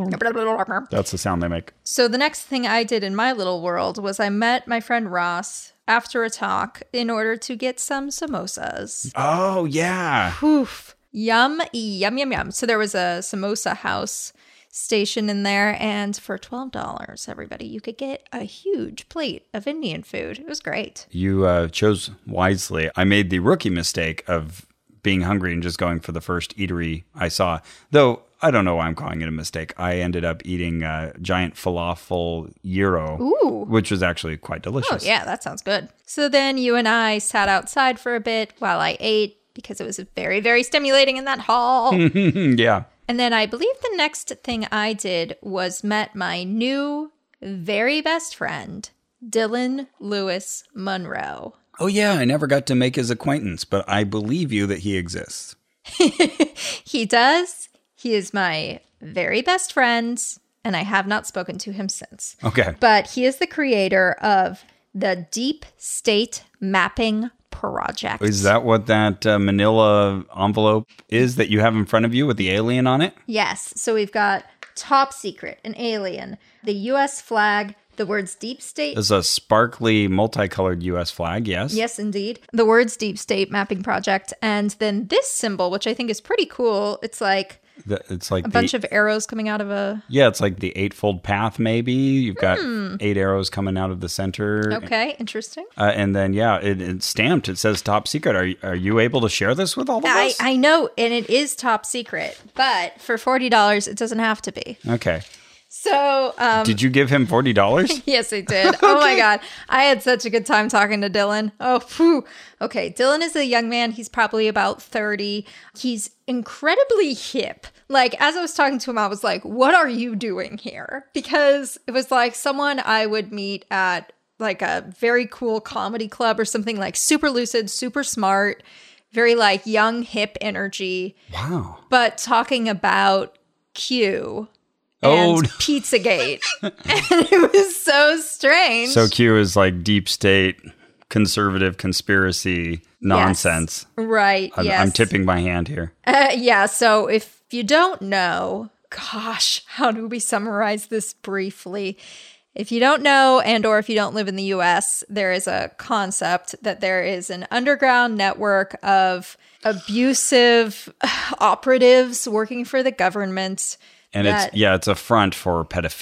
Speaker 1: That's the sound they make.
Speaker 2: So the next thing I did in my little world was I met my friend Ross after a talk in order to get some samosas.
Speaker 1: Oh, yeah.
Speaker 2: Poof. Yum, yum, yum, yum. So there was a samosa house station in there, and for $12, everybody, you could get a huge plate of Indian food. It was great.
Speaker 1: You uh, chose wisely. I made the rookie mistake of being hungry and just going for the first eatery I saw. Though I don't know why I'm calling it a mistake. I ended up eating a giant falafel gyro,
Speaker 2: Ooh.
Speaker 1: which was actually quite delicious.
Speaker 2: Oh, yeah, that sounds good. So then you and I sat outside for a bit while I ate because it was very, very stimulating in that hall.
Speaker 1: Mm, yeah.
Speaker 2: And then I believe the next thing I did was met my new very best friend, Dylan Lewis Monroe.
Speaker 1: Oh, yeah. I never got to make his acquaintance, but I believe you that he exists.
Speaker 2: He does. He is my very best friend, and I have not spoken to him since.
Speaker 1: Okay.
Speaker 2: But he is the creator of the Deep State Mapping Project.
Speaker 1: Is that what that uh, manila envelope is that you have in front of you with the alien on it?
Speaker 2: Yes. So we've got Top Secret, an alien, the US flag, the words deep state.
Speaker 1: There's a sparkly, multicolored U.S. flag, yes?
Speaker 2: Yes, indeed. The words deep state mapping project. And then this symbol, which I think is pretty cool. It's like
Speaker 1: The- it's like
Speaker 2: a bunch of arrows coming out of a.
Speaker 1: Yeah, it's like the eightfold path, maybe. You've got eight arrows coming out of the center.
Speaker 2: Hmm. Okay, interesting.
Speaker 1: Uh, and then, yeah, it, it's stamped. It says top secret. Are, you- are you able to share this with all of
Speaker 2: I,
Speaker 1: us?
Speaker 2: I know, and it is top secret, but for $40, it doesn't have to be.
Speaker 1: okay.
Speaker 2: So, um,
Speaker 1: Did you give him $40?
Speaker 2: Yes, I did. Oh my God. I had such a good time talking to Dylan. Oh, phew. Okay. Dylan is a young man. He's probably about 30. He's incredibly hip. Like, as I was talking to him, I was like, what are you doing here? Because it was like someone I would meet at like a very cool comedy club or something like super lucid, super smart, very like young, hip energy,
Speaker 1: wow.
Speaker 2: but talking about Q.
Speaker 1: Oh,
Speaker 2: And
Speaker 1: no.
Speaker 2: Pizzagate. and it was so strange.
Speaker 1: So Q is like deep state, conservative conspiracy nonsense.
Speaker 2: Right.
Speaker 1: I'm,
Speaker 2: yes.
Speaker 1: I'm tipping my hand here.
Speaker 2: Uh, yeah. So if you don't know, gosh, how do we summarize this briefly? If you don't know, and or if you don't live in the U.S., there is a concept that there is an underground network of abusive operatives working for the government.
Speaker 1: And
Speaker 2: that-
Speaker 1: it's yeah, it's a front for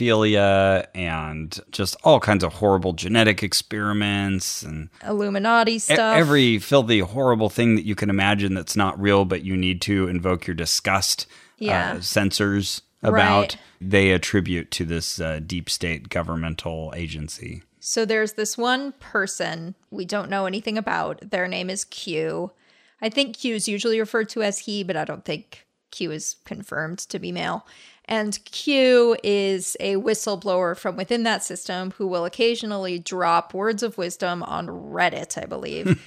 Speaker 1: pedophilia and just all kinds of horrible genetic experiments and
Speaker 2: Illuminati
Speaker 1: e-
Speaker 2: stuff.
Speaker 1: every filthy, horrible thing that you can imagine that's not real, but you need to invoke your disgust
Speaker 2: Yeah.
Speaker 1: uh, sensors
Speaker 2: Right.
Speaker 1: about. They attribute to this uh, deep state governmental agency.
Speaker 2: So there's this one person we don't know anything about. Their name is Q. I think Q is usually referred to as he, but I don't think Q is confirmed to be male. And Q is a whistleblower from within that system who will occasionally drop words of wisdom on Reddit, I believe,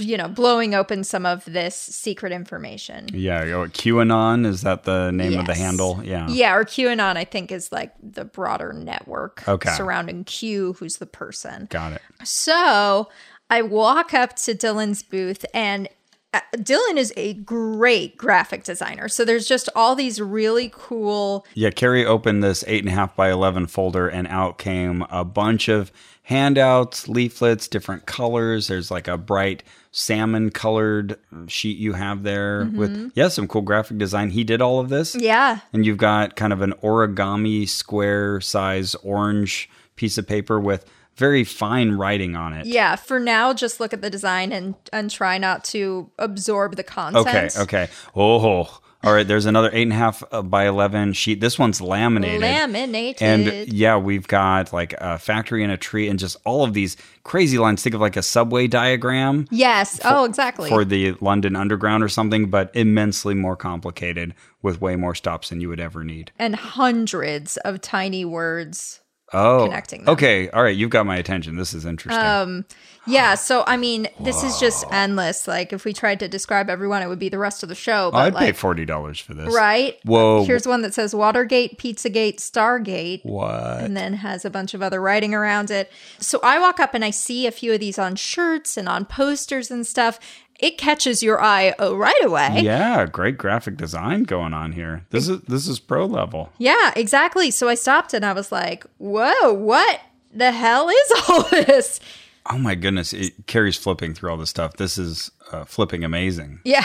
Speaker 2: you know, blowing open some of this secret information.
Speaker 1: Yeah, oh, QAnon is that the name of the
Speaker 2: Yes.
Speaker 1: handle? Yeah.
Speaker 2: Yeah, or QAnon, I think, is like the broader network
Speaker 1: Okay.
Speaker 2: surrounding Q, who's the person.
Speaker 1: got it.
Speaker 2: So I walk up to Dylan's booth, and uh, Dylan is a great graphic designer. So there's just all these really cool.
Speaker 1: Yeah, Carrie opened this eight and a half by eleven folder, and out came a bunch of handouts, leaflets, different colors. There's like a bright salmon colored sheet you have there with yeah, some cool graphic design. He did all of this.
Speaker 2: Mm-hmm. Yeah.
Speaker 1: And you've got kind of an origami square size orange piece of paper with very fine writing on it.
Speaker 2: Yeah, for now, just look at the design and and try not to absorb the content.
Speaker 1: Okay, okay. Oh, all right. There's another eight and a half uh, by 11 sheet. This one's laminated.
Speaker 2: Laminated.
Speaker 1: And yeah, we've got like a factory and a tree and just all of these crazy lines. Think of like a subway diagram
Speaker 2: yes. oh, exactly.
Speaker 1: for the London Underground or something, but immensely more complicated with way more stops than you would ever need.
Speaker 2: and hundreds of tiny words
Speaker 1: Oh,
Speaker 2: connecting them. Um,
Speaker 1: Okay, all right, you've got my attention. This is interesting.
Speaker 2: Yeah, so I mean, this is just endless. Like if we tried to describe everyone, it would be the rest of the show. But
Speaker 1: I'd pay
Speaker 2: like,
Speaker 1: forty dollars for this.
Speaker 2: right?
Speaker 1: Whoa.
Speaker 2: Here's one that says Watergate, Pizzagate, Stargate.
Speaker 1: What?
Speaker 2: and then has a bunch of other writing around it. So I walk up and I see a few of these on shirts and on posters and stuff. It catches your eye oh, right away.
Speaker 1: Yeah, great graphic design going on here. This is this is pro level.
Speaker 2: Yeah, exactly. So I stopped and I was like, whoa, what the hell is all this?
Speaker 1: Oh my goodness, it carries flipping through all this stuff. This is uh, flipping amazing.
Speaker 2: Yeah.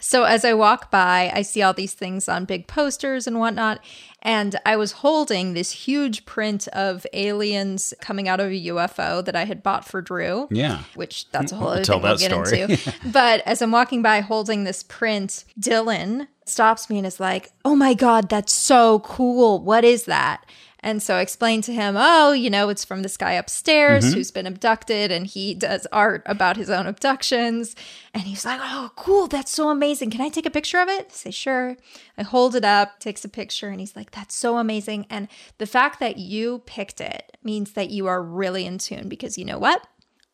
Speaker 2: so as I walk by, I see all these things on big posters and whatnot. And I was holding this huge print of aliens coming out of a UFO that I had bought for Drew.
Speaker 1: Yeah.
Speaker 2: Which that's a whole other
Speaker 1: tell
Speaker 2: thing we'll
Speaker 1: that
Speaker 2: get
Speaker 1: story.
Speaker 2: into. but as I'm walking by holding this print, Dylan stops me and is like, Oh my God, that's so cool. What is that? And so I explained to him, Oh, you know, it's from this guy upstairs
Speaker 1: Mm-hmm.
Speaker 2: who's been abducted and he does art about his own abductions. And he's like, Oh, cool. That's so amazing. Can I take a picture of it? I say, Sure. I hold it up, takes a picture, and he's like, That's so amazing. And the fact that you picked it means that you are really in tune because you know what?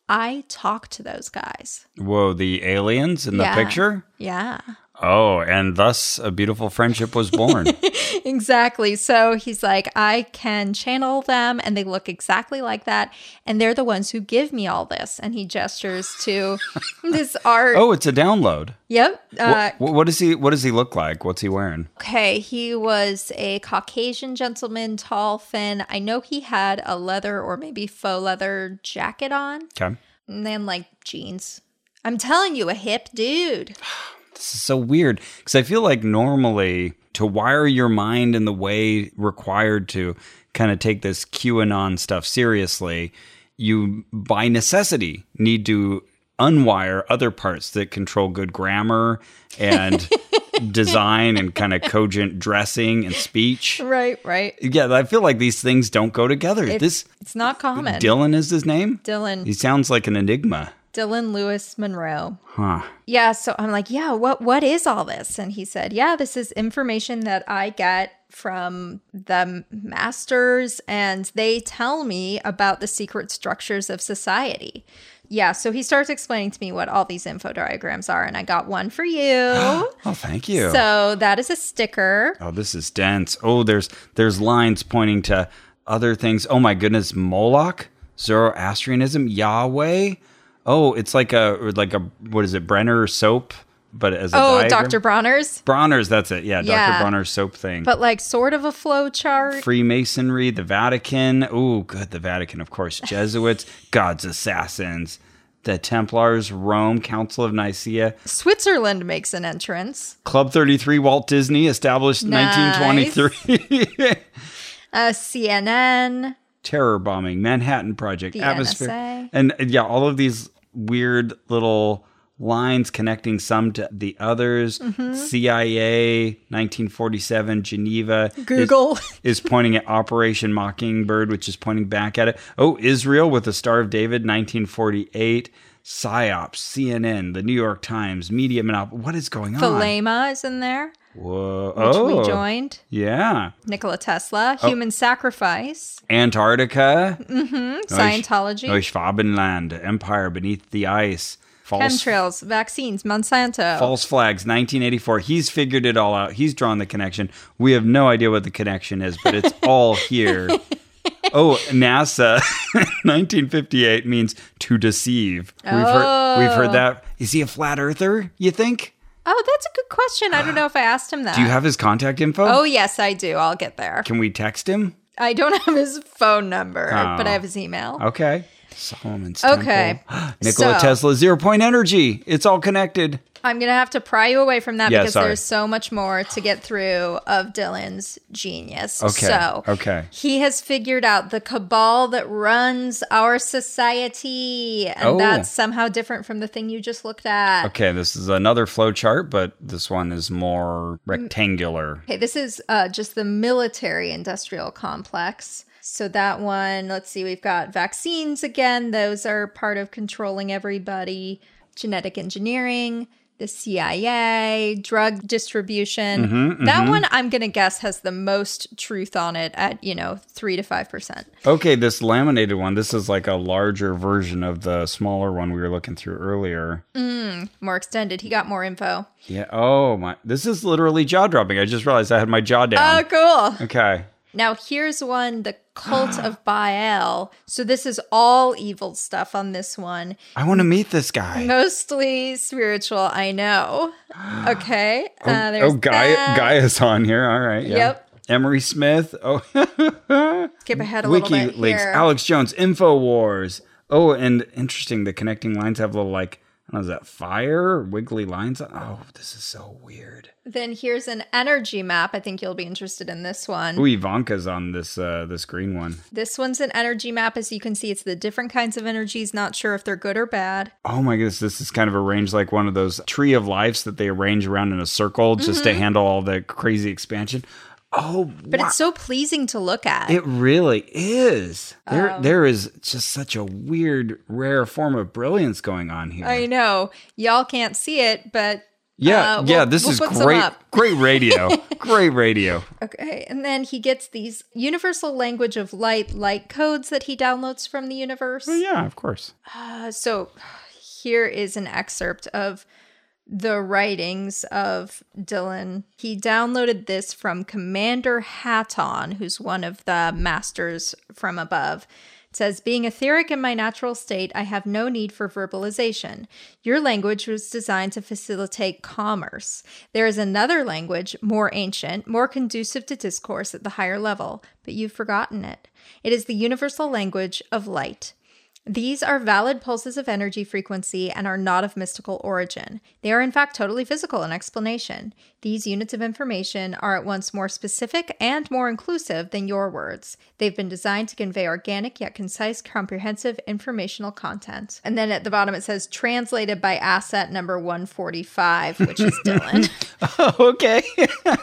Speaker 2: I talk to those guys.
Speaker 1: Whoa, the aliens in the
Speaker 2: Yeah.
Speaker 1: picture?
Speaker 2: Yeah.
Speaker 1: Oh, and thus a beautiful friendship was born.
Speaker 2: Exactly. So he's like, I can channel them and they look exactly like that. And they're the ones who give me all this. And he gestures to this art.
Speaker 1: oh, it's a download.
Speaker 2: Yep. Uh,
Speaker 1: Wh- what does he what does he look like? What's he wearing?
Speaker 2: okay. He was a Caucasian gentleman, tall, thin. I know he had a leather or maybe faux leather jacket on
Speaker 1: Okay.
Speaker 2: and then like jeans. I'm telling you, a hip dude.
Speaker 1: This is so weird because I feel like normally to wire your mind in the way required to kind of take this QAnon stuff seriously, you by necessity need to unwire other parts that control good grammar and design and kind of cogent dressing and speech.
Speaker 2: Right, right.
Speaker 1: Yeah, I feel like these things don't go together. this
Speaker 2: It's not common.
Speaker 1: Dylan is his name.
Speaker 2: Dylan.
Speaker 1: He sounds like an enigma.
Speaker 2: Dylan Lewis Monroe.
Speaker 1: Huh.
Speaker 2: Yeah, so I'm like, yeah, what what is all this? And he said, yeah, this is information that I get from the masters and they tell me about the secret structures of society. Yeah, so he starts explaining to me what all these info diagrams are and I got one for you.
Speaker 1: Oh, thank you.
Speaker 2: so that is a sticker.
Speaker 1: Oh, this is dense. Oh, there's there's lines pointing to other things. Oh my goodness, Moloch, Zoroastrianism, Yahweh. Oh, it's like a or like a what is it, Brenner soap, but as a
Speaker 2: Oh,
Speaker 1: diagram?
Speaker 2: Dr. Bronner's,
Speaker 1: Bronner's. That's it. Yeah,
Speaker 2: Yeah.
Speaker 1: Dr. Bronner's soap thing.
Speaker 2: but like sort of a flow chart.
Speaker 1: Freemasonry, the Vatican. Oh, good, the Vatican, of course. Jesuits, God's assassins, the Templars, Rome, Council of Nicaea,
Speaker 2: Switzerland makes an entrance.
Speaker 1: Club 33, Walt Disney, established in
Speaker 2: Nice.
Speaker 1: 1923.
Speaker 2: Uh, CNN.
Speaker 1: terror bombing, Manhattan Project, atmosphere,
Speaker 2: NSA.
Speaker 1: and and, yeah, all of these weird little lines connecting some to the others.
Speaker 2: Mm-hmm.
Speaker 1: CIA, 1947, Geneva, is-
Speaker 2: Google.
Speaker 1: is, pointing at Operation Mockingbird, which is pointing back at it. Oh, Israel with the Star of David, 1948. PSYOPs, CNN, the New York Times, media monopoly. What is going on?
Speaker 2: Philema is in there,
Speaker 1: Whoa.
Speaker 2: which
Speaker 1: oh,
Speaker 2: we joined.
Speaker 1: yeah.
Speaker 2: Nikola Tesla, human sacrifice,
Speaker 1: Antarctica,
Speaker 2: Scientology,
Speaker 1: Neuschwabenland, Empire Beneath the Ice, False,
Speaker 2: chemtrails, vaccines, Monsanto.
Speaker 1: false Flags, 1984. He's figured it all out. He's drawn the connection. We have no idea what the connection is, but it's all here. Oh, NASA, 1958 means to deceive. We've, heard, we've heard that. Is he a flat earther, you think?
Speaker 2: Oh, that's a good question. I don't know if I asked him that.
Speaker 1: Do you have his contact info?
Speaker 2: Uh, oh, yes, I do. I'll get there.
Speaker 1: Can we text him?
Speaker 2: I don't have his phone number,
Speaker 1: Oh.
Speaker 2: but I have his email.
Speaker 1: Okay. Solomon's
Speaker 2: Okay.
Speaker 1: Temple. Nikola
Speaker 2: So-
Speaker 1: Tesla, zero point energy. It's all connected.
Speaker 2: I'm going to have to pry you away from that
Speaker 1: Yeah,
Speaker 2: because
Speaker 1: sorry.
Speaker 2: there's so much more to get through of Dylan's genius.
Speaker 1: Okay,
Speaker 2: So,
Speaker 1: okay.
Speaker 2: He has figured out the cabal that runs our society. And
Speaker 1: Oh.
Speaker 2: that's somehow different from the thing you just looked at.
Speaker 1: Okay, this is another flowchart, but this one is more rectangular.
Speaker 2: Okay, this is uh, just the military industrial complex. So that one, let's see, we've got vaccines again. Those are part of controlling everybody, genetic engineering, the CIA, drug distribution. That one I'm going to guess has the most truth on it at, you know, 3 to 5%.
Speaker 1: Okay, this laminated one, this is like a larger version of the smaller one we were looking through earlier.
Speaker 2: More extended. He got more info.
Speaker 1: Yeah. Oh my this is literally jaw dropping. I just realized I had my jaw down.
Speaker 2: Oh, cool.
Speaker 1: okay.
Speaker 2: Now here's one, the cult of Baal. So this is all evil stuff on this one.
Speaker 1: I want to meet this guy.
Speaker 2: Mostly spiritual, I know. Okay. Uh,
Speaker 1: oh,
Speaker 2: there's
Speaker 1: Guy
Speaker 2: that.
Speaker 1: Gaia's on here. All right. Yeah.
Speaker 2: Yep.
Speaker 1: Emery Smith. Oh,
Speaker 2: Skip ahead a little bit
Speaker 1: WikiLeaks.
Speaker 2: here.
Speaker 1: Alex Jones. InfoWars. Oh, and interesting. The connecting lines have little like, I don't know, is that fire? Wiggly lines? Oh, this is so weird.
Speaker 2: Then here's an energy map. I think you'll be interested in this one.
Speaker 1: Oh, Ivanka's on this uh, this green one.
Speaker 2: This one's an energy map. As you can see, it's the different kinds of energies, not sure if they're good or bad.
Speaker 1: Oh my goodness, this is kind of arranged like one of those tree of lives that they arrange around in a circle just to handle all the crazy expansion. Oh,
Speaker 2: Mm-hmm. But it's so pleasing to look at.
Speaker 1: It really is.
Speaker 2: Oh.
Speaker 1: There, there is just such a weird, rare form of brilliance going on here.
Speaker 2: I know. Y'all can't see it, but
Speaker 1: yeah,
Speaker 2: uh, we'll-
Speaker 1: yeah. This
Speaker 2: we'll
Speaker 1: is
Speaker 2: put some
Speaker 1: great,
Speaker 2: up.
Speaker 1: great radio, great radio.
Speaker 2: Okay, and then he gets these universal language of light, light codes that he downloads from the universe.
Speaker 1: Oh, Yeah, of course.
Speaker 2: Uh, so here is an excerpt of the writings of Dylan. He downloaded this from Commander Hatton, who's one of the masters from above. It says, Being etheric in my natural state, I have no need for verbalization. Your language was designed to facilitate commerce. There is another language, more ancient, more conducive to discourse at the higher level, but you've forgotten it. It is the universal language of light. These are valid pulses of energy frequency and are not of mystical origin. They are, in fact, totally physical in explanation. These units of information are at once more specific and more inclusive than your words. They've been designed to convey organic yet concise, comprehensive informational content. And then at the bottom it says, translated by asset number 145, which is Dylan.
Speaker 1: okay.
Speaker 2: Um,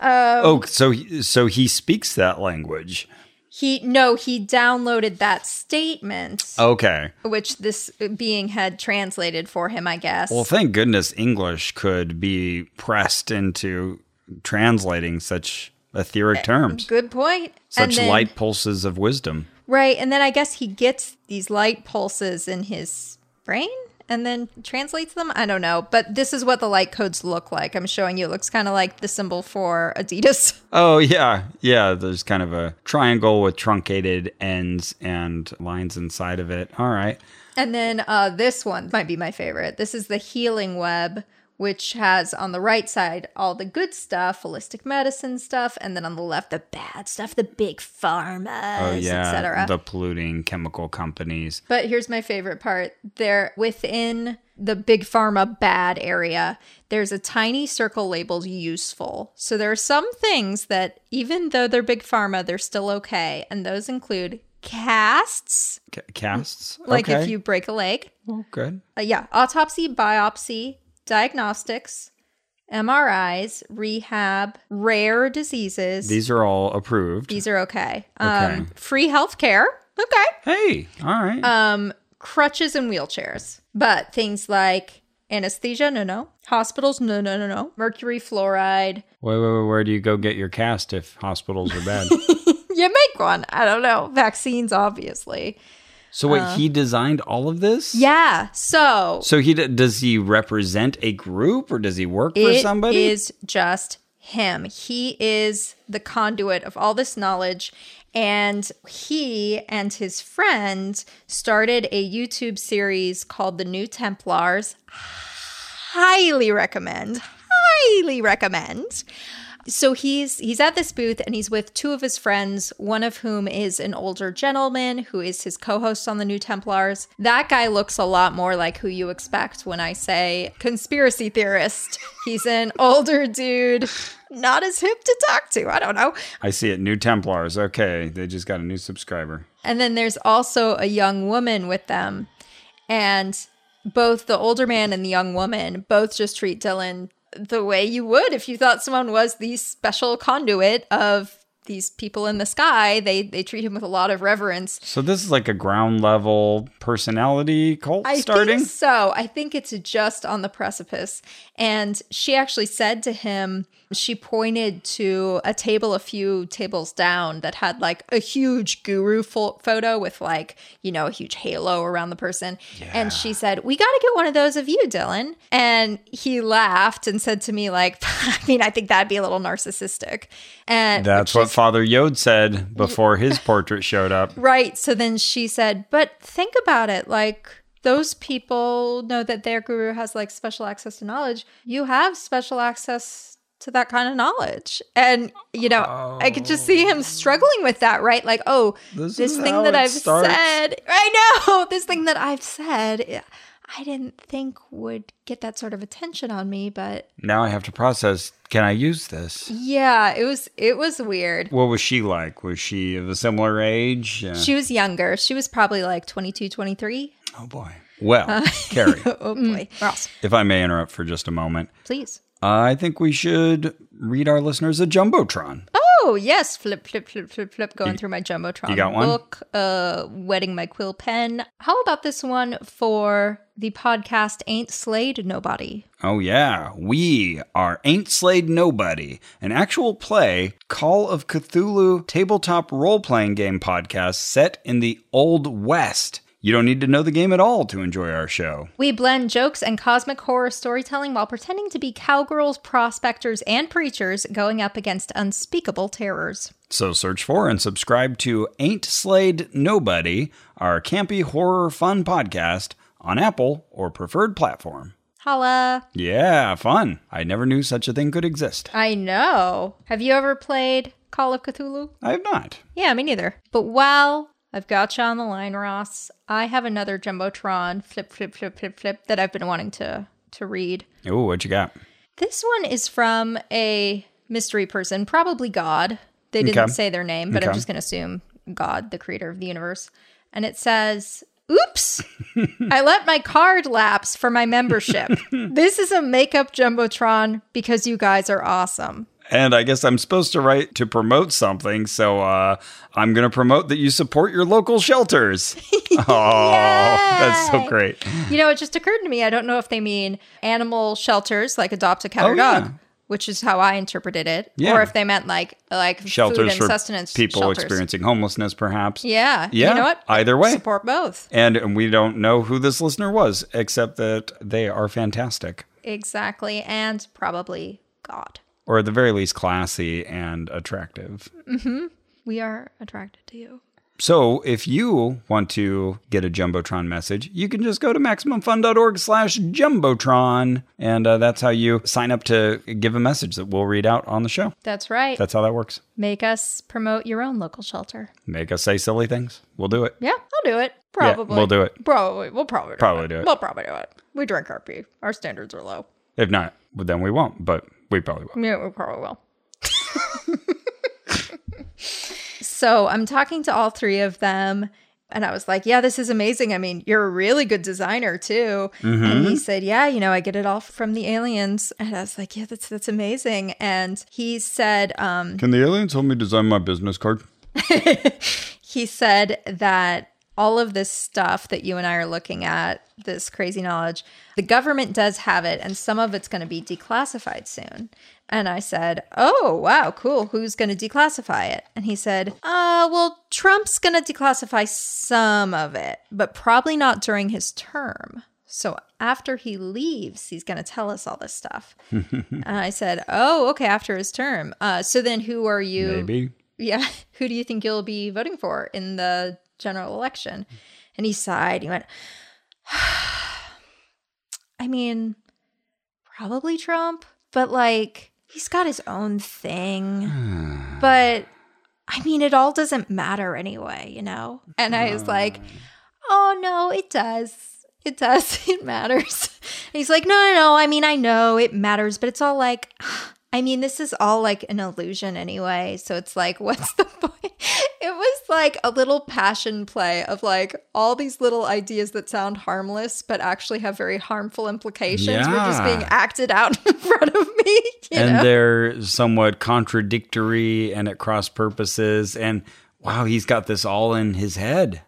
Speaker 1: oh, so he- so he speaks that language.
Speaker 2: He, no, he downloaded that statement,
Speaker 1: Okay.
Speaker 2: which this being had translated for him, I guess.
Speaker 1: Well, thank goodness English could be pressed into translating such etheric terms,
Speaker 2: Good point. And
Speaker 1: such
Speaker 2: then-
Speaker 1: light pulses of wisdom.
Speaker 2: Right. And then I guess he gets these light pulses in his brain and then translates them. I don't know. But this is what the light codes look like. I'm showing you. It looks kind of like the symbol for Adidas.
Speaker 1: Oh yeah, yeah. There's kind of a triangle with truncated ends and lines inside of it. All right.
Speaker 2: And then uh, this one might be my favorite. This is the healing web. Which has on the right side all the good stuff, holistic medicine stuff, and then on the left the bad stuff, the big pharma,
Speaker 1: Oh
Speaker 2: etc.
Speaker 1: yeah, the polluting chemical companies.
Speaker 2: But here's my favorite part. There within the big pharma bad area, there's a tiny circle labeled useful. So there are some things that even though they're big pharma, they're still okay, and those include casts,
Speaker 1: C- casts.
Speaker 2: Mm. like
Speaker 1: okay.
Speaker 2: if you break a leg,
Speaker 1: Oh, good.
Speaker 2: uh, yeah, autopsy, biopsy, diagnostics, MRIs, rehab, rare diseases. These,
Speaker 1: These are all approved.
Speaker 2: are okay.
Speaker 1: Okay.
Speaker 2: Um, free healthcare. Okay.
Speaker 1: hey, all right.
Speaker 2: Uh, crutches and wheelchairs. But things like anesthesia, no, no. Hospitals, no, no, no, no. Mercury fluoride.
Speaker 1: wait, wait, wait. Where do you go get your cast if hospitals are bad?
Speaker 2: You make one. I don't know. Vaccines, obviously.
Speaker 1: so wait, he designed all of this.
Speaker 2: Uh, Yeah. So,
Speaker 1: So he d- does he represent a group or does he work
Speaker 2: it
Speaker 1: for
Speaker 2: is
Speaker 1: somebody?
Speaker 2: just him. He is the conduit of all this knowledge. And he and his friend started a YouTube series called The New Templars. Highly recommend. Highly recommend. so he's he's at this booth and he's with two of his friends one of whom is an older gentleman who is his co-host on the new templars that guy looks a lot more like who you expect when i say conspiracy theorist he's an older dude not as hip to talk to i don't know
Speaker 1: I see it. New Templars. Okay, they just got a new subscriber.
Speaker 2: and then there's also a young woman with them. And both the older man and the young woman both just treat Dylan the way you would if you thought someone was the special conduit of these people in the sky, they they treat him with a lot of reverence.
Speaker 1: So this is like a ground level personality cult starting.
Speaker 2: Think so I think it's just on the precipice. And she actually said to him, she pointed to a table a few tables down that had like a huge guru fo- photo with like, you know, a huge halo around the person. And she said, We got to get one of those of you, Dylan. And he laughed and said to me, like, I mean, I think that'd be a little narcissistic. And
Speaker 1: That's
Speaker 2: which
Speaker 1: what
Speaker 2: is-
Speaker 1: Father Yod said before his portrait showed up.
Speaker 2: Right. So then she said, but think about it. Like, those people know that their guru has like special access to knowledge. You have special access to that kind of knowledge. And, you know, I could just see him struggling with that, right? Like, oh,
Speaker 1: This
Speaker 2: this,
Speaker 1: is how
Speaker 2: thing that
Speaker 1: it
Speaker 2: I've
Speaker 1: starts.
Speaker 2: said, I know, this thing that I've said, eh, I didn't think would get that sort of attention on me. But
Speaker 1: Now I have to process. Can I use this?
Speaker 2: yeah, it was, it was weird.
Speaker 1: What was she like? Was she of a similar age? Uh,
Speaker 2: She was younger. She was probably like 22, 23.
Speaker 1: oh boy. Well, Carrie,
Speaker 2: Oh boy. Ross,
Speaker 1: if I may interrupt for just a moment,
Speaker 2: please.
Speaker 1: I think we should read our listeners a jumbotron.
Speaker 2: Oh yes, flip, flip, flip, flip, flip. Going through my jumbotron
Speaker 1: you got one?
Speaker 2: book, uh, wetting my quill pen. How about this one for the podcast? Ain't slayed nobody.
Speaker 1: Oh, yeah. We are Ain't Slayed Nobody, an actual play, Call of Cthulhu tabletop role playing game podcast set in the Old West. You don't need to know the game at all to enjoy our show.
Speaker 2: We blend jokes and cosmic horror storytelling while pretending to be cowgirls, prospectors, and preachers going up against unspeakable terrors.
Speaker 1: So search for and subscribe to Ain't Slayed Nobody, our campy horror fun podcast on Apple or preferred platform.
Speaker 2: Holla!
Speaker 1: Yeah, fun. I never knew such a thing could exist.
Speaker 2: I know. Have you ever played Call of Cthulhu?
Speaker 1: I have not.
Speaker 2: Yeah, me neither. But while I've got you on the line, Ross, I have another Jumbotron flip, flip, flip, flip, flip that I've been wanting to to read.
Speaker 1: Ooh, what you got?
Speaker 2: This one is from a mystery person, probably God. They didn't
Speaker 1: Okay.
Speaker 2: say their name, but I'm
Speaker 1: Okay.
Speaker 2: just going to assume God, the creator of the universe. And it says, "Oops, I let my card lapse for my membership. this is a makeup jumbotron because you guys are awesome."
Speaker 1: And I guess I'm supposed to write to promote something, so uh, I'm going to promote that you support your local shelters. oh, that's so
Speaker 2: Yay!
Speaker 1: great.
Speaker 2: You know, it just occurred to me. I don't know if they mean animal shelters, like adopt a cat
Speaker 1: Oh,
Speaker 2: or dog,
Speaker 1: yeah.
Speaker 2: which is how I interpreted it,
Speaker 1: Yeah.
Speaker 2: or if they meant like like food
Speaker 1: Shelters
Speaker 2: and
Speaker 1: for
Speaker 2: sustenance
Speaker 1: people
Speaker 2: shelters.
Speaker 1: experiencing homelessness, perhaps.
Speaker 2: Yeah,
Speaker 1: Yeah.
Speaker 2: You know what?
Speaker 1: Either way.
Speaker 2: support both.
Speaker 1: And, and we don't know who this listener was, except that they are fantastic,
Speaker 2: Exactly, and probably God.
Speaker 1: or at the very least, classy and attractive.
Speaker 2: We are attracted to you.
Speaker 1: So if you want to get a Jumbotron message, you can just go to MaximumFun.org slash Jumbotron. And uh, that's how you sign up to give a message that we'll read out on the show.
Speaker 2: That's right.
Speaker 1: That's how that works.
Speaker 2: Make us promote your own local shelter.
Speaker 1: Make us say silly things. We'll do it.
Speaker 2: Yeah, I'll do it. Probably
Speaker 1: we'll do it.
Speaker 2: Probably we'll probably do
Speaker 1: Probably
Speaker 2: it.
Speaker 1: do it.
Speaker 2: We'll probably do it. We drink our pee. Our standards are low.
Speaker 1: If not, well, then we won't, but we probably will.
Speaker 2: Yeah, we probably will. so I'm talking to all three of them. And I was like, yeah, this is amazing. I mean, you're a really good designer too. And he said, yeah, you know, I get it all from the aliens. And I was like, yeah, that's that's amazing. And he said, um,
Speaker 1: Can the aliens help me design my business card?
Speaker 2: he said that all of this stuff that you and I are looking at, this crazy knowledge, the government does have it, and some of it's going to be declassified soon. And I said, Oh, wow, cool. Who's going to declassify it? And he said, Uh, well, Trump's going to declassify some of it, but probably not during his term. So after he leaves, he's going to tell us all this stuff. and I said, Oh, okay, after his term. Uh, so then who are you?
Speaker 1: Maybe.
Speaker 2: yeah, who do you think you'll be voting for in the general election? And he sighed. He went, I mean, probably Trump, but like he's got his own thing. but I mean, it all doesn't matter anyway, you know? And I was like, oh no, it does. It does. It matters. And he's like, no, no, no. I mean, I know it matters, but it's all like, I mean, this is all like an illusion anyway. So it's like, what's the point? It was like a little passion play of like all these little ideas that sound harmless, but actually have very harmful implications were just
Speaker 1: Yeah.
Speaker 2: being acted out in front of me. You
Speaker 1: and
Speaker 2: know?
Speaker 1: they're somewhat contradictory and at cross purposes. And wow, he's got this all in his head.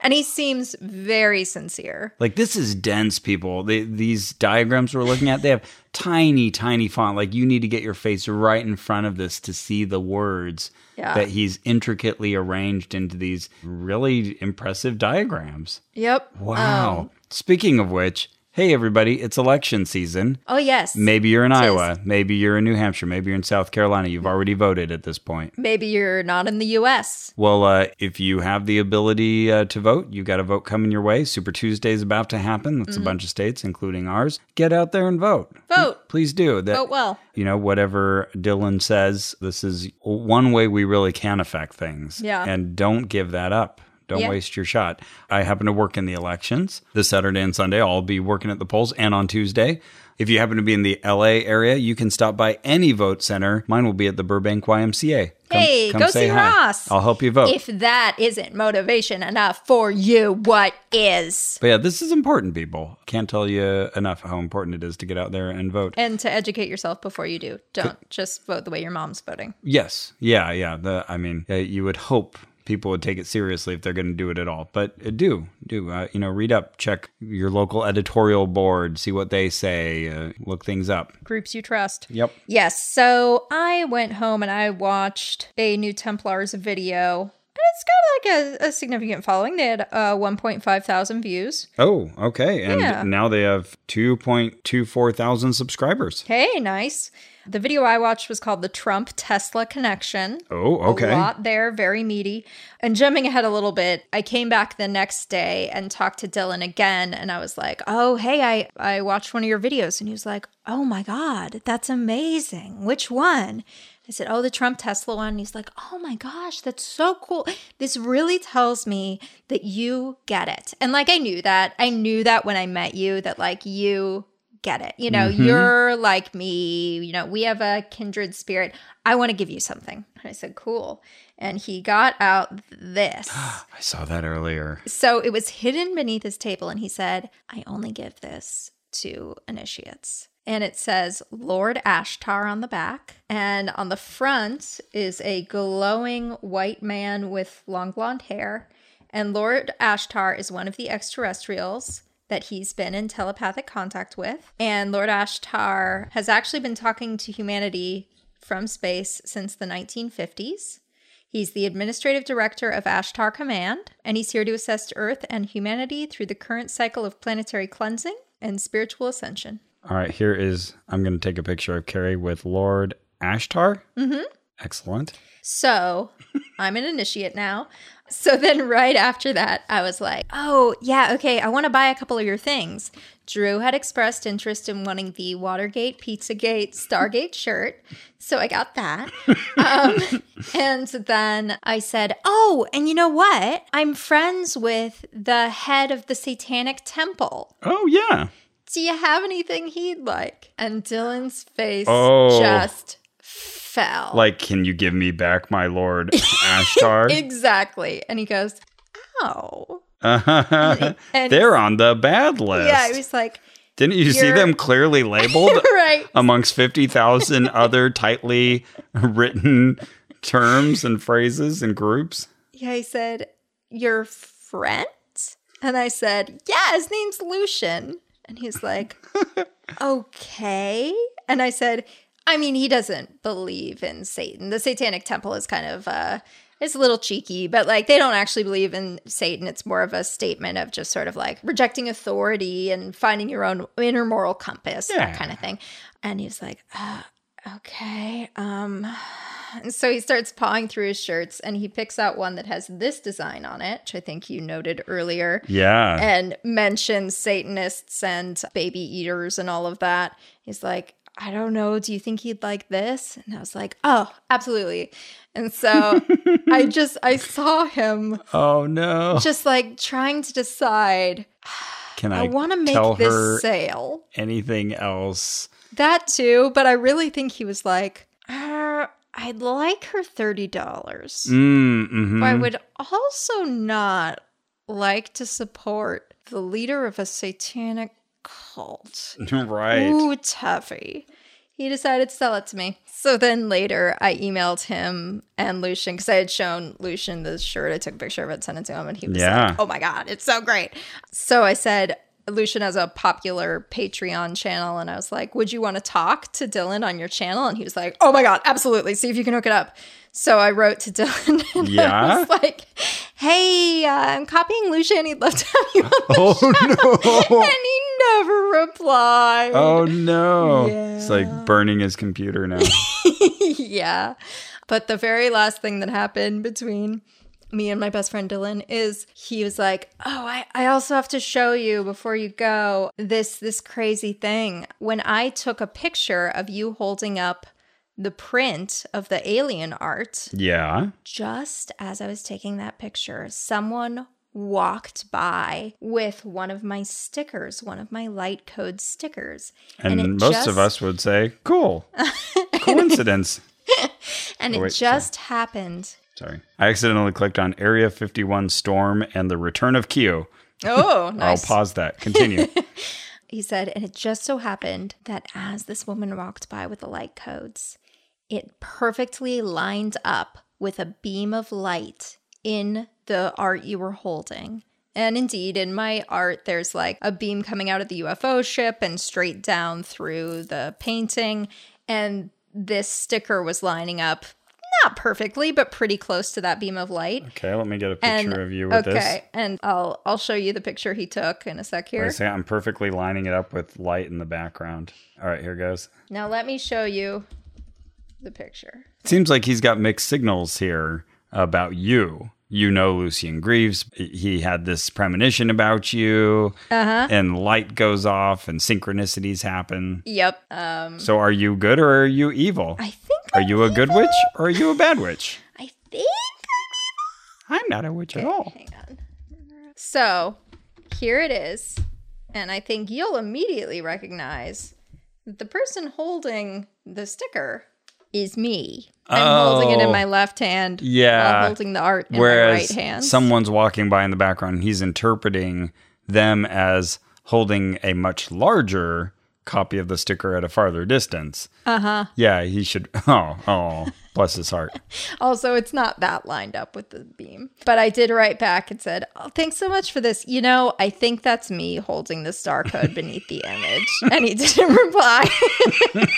Speaker 2: and he seems very sincere.
Speaker 1: Like this is dense, people. They, these diagrams we're looking at, they have tiny, tiny font. Like you need to get your face right in front of this to see the words
Speaker 2: Yeah.
Speaker 1: that he's intricately arranged into these really impressive diagrams.
Speaker 2: Yep.
Speaker 1: Wow.
Speaker 2: Um,
Speaker 1: Speaking of which, hey everybody, it's election season.
Speaker 2: Oh, yes.
Speaker 1: Maybe you're in
Speaker 2: is.
Speaker 1: Iowa, maybe you're in New Hampshire, maybe you're in South Carolina. You've already voted at this point.
Speaker 2: Maybe you're not in the US.
Speaker 1: Well, uh, if you have the ability uh, to vote, you got a vote coming your way. Super Tuesday is about to happen.
Speaker 2: Mm-hmm.
Speaker 1: That's a bunch of states, including ours. Get out there and vote.
Speaker 2: Vote.
Speaker 1: Please do. That,
Speaker 2: Vote Oh, well.
Speaker 1: You know, whatever Dylan says, this is one way we really can affect things.
Speaker 2: Yeah.
Speaker 1: And don't give that up. Don't
Speaker 2: Yeah.
Speaker 1: waste your shot. I happen to work in the elections this Saturday and Sunday. I'll be working at the polls and on Tuesday. If you happen to be in the LA area, you can stop by any vote center. Mine will be at the Burbank YMCA. Come-
Speaker 2: Hey,
Speaker 1: come
Speaker 2: go
Speaker 1: say
Speaker 2: see
Speaker 1: hi.
Speaker 2: Ross.
Speaker 1: I'll help you vote.
Speaker 2: If that isn't motivation enough for you, what is?
Speaker 1: But yeah, this is important, people. Can't tell you enough how important it is to get out there and vote.
Speaker 2: And to educate yourself before you do. Don't just vote the way your mom's voting.
Speaker 1: yes, yeah, yeah. The, I mean, uh, you would hope people would take it seriously if they're going to do it at all. But uh, do, do. Uh, you know, read up, check your local editorial board, see what they say, uh, look things up.
Speaker 2: Groups you trust.
Speaker 1: Yep.
Speaker 2: Yes. So I went home and I watched a new Templars video. And it's got like a, a significant following. They had uh, 1.5 thousand views.
Speaker 1: Oh, okay. And
Speaker 2: Yeah.
Speaker 1: now they have 2.24 thousand subscribers.
Speaker 2: Hey, nice. The video I watched was called The Trump Tesla Connection.
Speaker 1: Oh, okay.
Speaker 2: A lot there, very meaty. And jumping ahead a little bit, I came back the next day and talked to Dylan again. And I was like, oh, hey, I, I watched one of your videos. And he was like, oh my God, that's amazing. Which one? I said, oh, the Trump Tesla one. And he's like, oh my gosh, that's so cool. This really tells me that you get it. And like, I knew that. I knew that when I met you, that like you get it. You know, you're like me. You know, we have a kindred spirit. I want to give you something. And I said, cool. And he got out this.
Speaker 1: I saw that earlier.
Speaker 2: so it was hidden beneath his table. And he said, I only give this to initiates. And it says Lord Ashtar on the back. And on the front is a glowing white man with long blonde hair. And Lord Ashtar is one of the extraterrestrials that he's been in telepathic contact with. And Lord Ashtar has actually been talking to humanity from space since the 1950s. He's the administrative director of Ashtar Command, and he's here to assist Earth and humanity through the current cycle of planetary cleansing and spiritual ascension.
Speaker 1: All right, here is I'm going to take a picture of Carrie with Lord Ashtar. Mm-hmm. Excellent.
Speaker 2: So I'm an initiate now. So then, right after that, I was like, oh, yeah, okay, I want to buy a couple of your things. Drew had expressed interest in wanting the Watergate, Pizzagate, Stargate shirt. So I got that. Um, and then I said, oh, and you know what? I'm friends with the head of the Satanic Temple.
Speaker 1: Oh, yeah.
Speaker 2: Do you have anything he'd like? And Dylan's face
Speaker 1: Oh.
Speaker 2: just fell.
Speaker 1: Like, can you give me back my Lord Ashtar?
Speaker 2: Exactly. And he goes, Ow.
Speaker 1: Uh-huh.
Speaker 2: and-
Speaker 1: They're on the bad list.
Speaker 2: Yeah, I was like,
Speaker 1: Didn't you see
Speaker 2: you're-
Speaker 1: them clearly labeled
Speaker 2: Right.
Speaker 1: amongst 50,000 other tightly written terms and phrases and groups?
Speaker 2: Yeah, he said, Your friend? And I said, Yeah, his name's Lucian. And he's like, Okay. And I said, I mean, he doesn't believe in Satan. The Satanic Temple is kind of uh it's a little cheeky, but like they don't actually believe in Satan. It's more of a statement of just sort of like rejecting authority and finding your own inner moral compass,
Speaker 1: Yeah.
Speaker 2: that kind of thing. And he's like, uh, okay, um, And so he starts pawing through his shirts and he picks out one that has this design on it, which I think you noted earlier,
Speaker 1: Yeah.
Speaker 2: and mentions Satanists and baby eaters and all of that. He's like, I don't know. Do you think he'd like this? And I was like, oh, absolutely. And so I just, I saw him
Speaker 1: oh, no.
Speaker 2: just like trying to decide,
Speaker 1: Can
Speaker 2: I
Speaker 1: I,
Speaker 2: want to
Speaker 1: tell
Speaker 2: make
Speaker 1: her
Speaker 2: this sale.
Speaker 1: anything else?
Speaker 2: that too, but I really think he was like, uh, I'd like her $30. dollars
Speaker 1: Mm, mhm.
Speaker 2: but I would also not like to support the leader of a satanic cult.
Speaker 1: right.
Speaker 2: Ooh, toughy. He decided to sell it to me. So then later, I emailed him and Lucian because I had shown Lucian the shirt. I took a picture of it, sent it to him, and he was
Speaker 1: Yeah.
Speaker 2: like, "Oh my god, it's so great!" So I said, "Lucian has a popular Patreon channel," and I was like, "Would you want to talk to Dylan on your channel?" And he was like, "Oh my god, absolutely! See if you can hook it up." So I wrote to Dylan. And I
Speaker 1: Yeah?
Speaker 2: was like, "Hey, uh, I'm copying Lucian. He'd love to have you on the
Speaker 1: Oh
Speaker 2: and
Speaker 1: no.
Speaker 2: he never replied.
Speaker 1: Oh no. It's like burning his computer now.
Speaker 2: yeah. But the very last thing that happened between me and my best friend Dylan is he was like, "Oh, I, I also have to show you before you go this this crazy thing. When I took a picture of you holding up the print of the alien art,
Speaker 1: yeah.
Speaker 2: just as I was taking that picture, someone walked by with one of my stickers, one of my light code stickers.
Speaker 1: And,
Speaker 2: it
Speaker 1: most
Speaker 2: just-
Speaker 1: of us would say, cool. Coincidence.
Speaker 2: and
Speaker 1: Oh,
Speaker 2: it
Speaker 1: wait, sorry.
Speaker 2: just happened.
Speaker 1: Sorry. I accidentally clicked on Area 51 Storm and the Return of Kyo.
Speaker 2: Oh,
Speaker 1: I'll pause that. Continue.
Speaker 2: He said, and it just so happened that as this woman walked by with the light codes, it perfectly lined up with a beam of light in the art you were holding. And indeed, in my art, there's like a beam coming out of the UFO ship and straight down through the painting. And this sticker was lining up not perfectly, but pretty close to that beam of light.
Speaker 1: okay, let me get a
Speaker 2: And
Speaker 1: picture of you with
Speaker 2: okay,
Speaker 1: this.
Speaker 2: and I'll I'll show you the picture he took in a sec
Speaker 1: I
Speaker 2: here.
Speaker 1: say I'm perfectly lining it up with light in the background. All right, here goes.
Speaker 2: Now let me show you the picture.
Speaker 1: It seems like he's got mixed signals here about you. You know Lucian Greaves. He had this premonition about you,
Speaker 2: Uh-huh.
Speaker 1: and light goes off, and synchronicities happen.
Speaker 2: Yep. Um
Speaker 1: So, are you good or are you evil?
Speaker 2: I think
Speaker 1: are you a good witch or are you a bad witch?
Speaker 2: I think
Speaker 1: I'm not a witch at all.
Speaker 2: hang on. So, here it is. And I think you'll immediately recognize that the person holding the sticker is me. I'm holding it in
Speaker 1: Oh.
Speaker 2: my left hand. while
Speaker 1: Yeah.
Speaker 2: holding the art in my right
Speaker 1: Whereas
Speaker 2: hand.
Speaker 1: someone's walking by in the background, and he's interpreting them as holding a much larger copy of the sticker at a farther distance. Uh huh.
Speaker 2: Uh-huh.
Speaker 1: Yeah, he should. Oh, oh, bless his heart.
Speaker 2: Also, it's not that lined up with the beam. But I did write back and said, oh, Thanks so much for this. You know, I think that's me holding the star code beneath the image. And he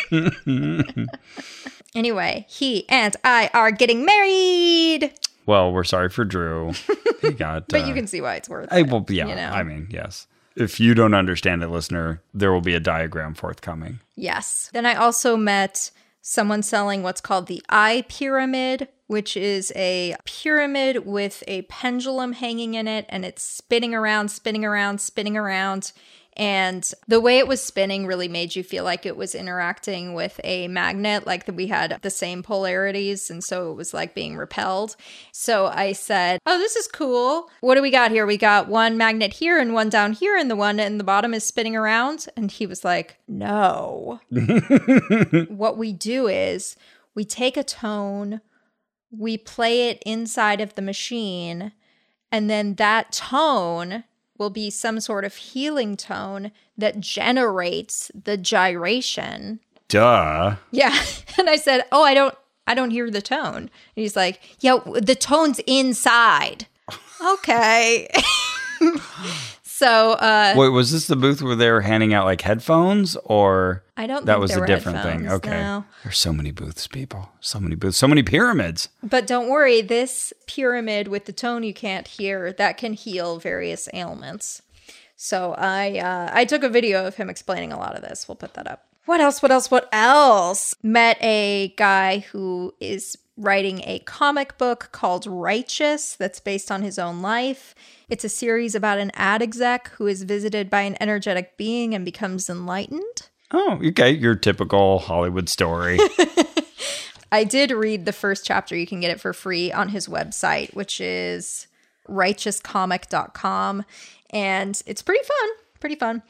Speaker 2: didn't reply. anyway, he and I are getting married.
Speaker 1: Well, we're sorry for Drew. He got.
Speaker 2: But
Speaker 1: uh,
Speaker 2: you can see why it's worth
Speaker 1: I
Speaker 2: it.
Speaker 1: will. Yeah.
Speaker 2: you know.
Speaker 1: I mean, yes. If you don't understand it, listener, there will be a diagram forthcoming.
Speaker 2: Yes. Then I also met someone selling what's called the eye pyramid, which is a pyramid with a pendulum hanging in it and it's spinning around, spinning around, spinning around. And the way it was spinning really made you feel like it was interacting with a magnet, like that we had the same polarities. And so it was like being repelled. So I said, Oh, this is cool. What do we got here? We got one magnet here and one down here, and the one in the bottom is spinning around. And he was like, No what we do is we take a tone, we play it inside of the machine, and then that tone will be some sort of healing tone that generates the gyration.
Speaker 1: Duh.
Speaker 2: Yeah. And I said, "Oh, I don't I don't hear the tone." And he's like, "Yeah, w- the tone's inside." okay. so, uh
Speaker 1: Wait, was this the booth where they were handing out like headphones or?
Speaker 2: I don't
Speaker 1: That
Speaker 2: think
Speaker 1: was
Speaker 2: there
Speaker 1: a
Speaker 2: were
Speaker 1: different thing.
Speaker 2: headphones,
Speaker 1: Okay.
Speaker 2: no.
Speaker 1: There's so many booths, people. So many booths. So many pyramids.
Speaker 2: But don't worry, this pyramid with the tone you can't hear that can heal various ailments. So I uh, I took a video of him explaining a lot of this. We'll put that up. What else? What else? What else? Met a guy who is writing a comic book called Righteous that's based on his own life. It's a series about an ad exec who is visited by an energetic being and becomes enlightened.
Speaker 1: Oh, okay. Your typical Hollywood story.
Speaker 2: I did read the first chapter. You can get it for free on his website, which is righteouscomic.com. And it's pretty fun. pretty fun.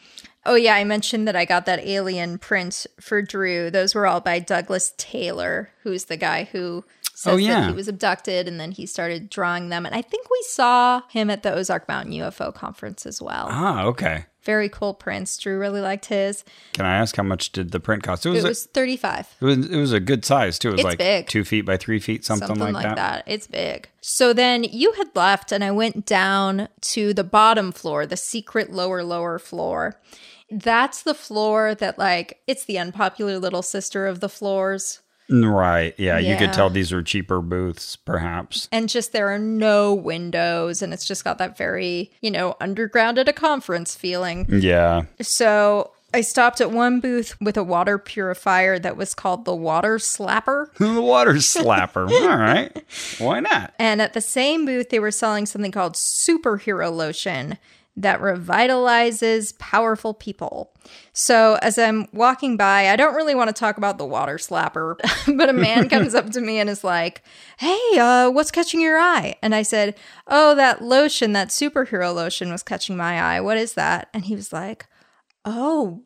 Speaker 2: Oh yeah, I mentioned that I got that alien print for Drew. Those were all by Douglas Taylor, who's the guy who says
Speaker 1: Oh, yeah.
Speaker 2: that he was abducted and then he started drawing them. And I think we saw him at the Ozark Mountain UFO conference as well.
Speaker 1: Ah, okay.
Speaker 2: Very cool prints. Drew really liked his.
Speaker 1: Can I ask how much did the print cost? It was,
Speaker 2: It was 35.
Speaker 1: it was, it was a good size too. It was
Speaker 2: It's
Speaker 1: like
Speaker 2: big.
Speaker 1: two feet by three feet, something, like, that.
Speaker 2: It's big. So then you had left, and I went down to the bottom floor, the secret lower, lower floor. That's the floor that, like, it's the unpopular little sister of the floors.
Speaker 1: Mm, Right. Yeah, You
Speaker 2: Yeah.
Speaker 1: could tell these are cheaper booths, perhaps.
Speaker 2: And just there are no windows, and it's just got that very, you know, underground at a conference feeling.
Speaker 1: Yeah.
Speaker 2: So I stopped at one booth with a water purifier that was called the Water Slapper.
Speaker 1: the water slapper. All right. Why not?
Speaker 2: And at the same booth, they were selling something called superhero lotion that revitalizes powerful people. So as I'm walking by, I don't really want to talk about the water slapper, but a man comes up to me and is like, Hey, uh, what's catching your eye? And I said, Oh, that lotion, that superhero lotion was catching my eye. What is that? And he was like, Oh,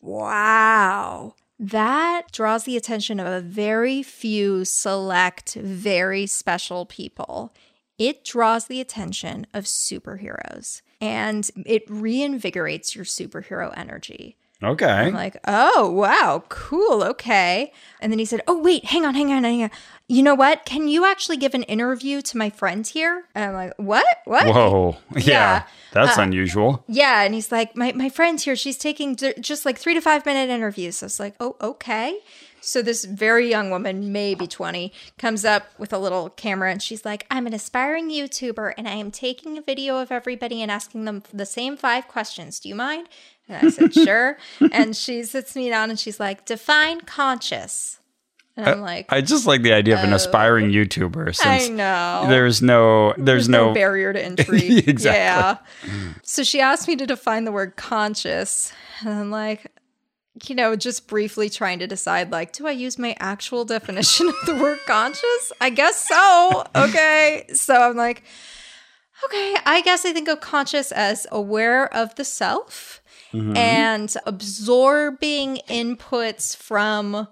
Speaker 2: Wow. That draws the attention of a very few select, very special people. It draws the attention of superheroes and it reinvigorates your superhero energy.
Speaker 1: Okay.
Speaker 2: I'm like, oh, wow, cool, okay. And then he said, oh, wait, hang on, hang on, hang on. You know what? Can you actually give an interview to my friend here? And I'm like, what? What?
Speaker 1: Whoa. Yeah.
Speaker 2: Yeah. Uh,
Speaker 1: That's unusual.
Speaker 2: Yeah, and he's like, my my friend's here. She's taking d- just like three to five minute interviews. So it's like, oh, okay. So this very young woman, maybe twenty, comes up with a little camera, and she's like, I'm an aspiring YouTuber, and I am taking a video of everybody and asking them the same five questions. Do you mind? And I said, sure. And she sits me down, and she's like, define conscious. And I'm like,
Speaker 1: I just like the idea of an aspiring YouTuber
Speaker 2: Oh. I
Speaker 1: since
Speaker 2: know.
Speaker 1: there's no there's,
Speaker 2: There's no,
Speaker 1: no,
Speaker 2: barrier to entry.
Speaker 1: Exactly.
Speaker 2: Yeah. So she asked me to define the word conscious. And I'm like, you know, just briefly trying to decide like, do I use my actual definition of the word conscious? I guess so. Okay. So I'm like, okay, I guess I think of conscious as aware of the self and absorbing inputs from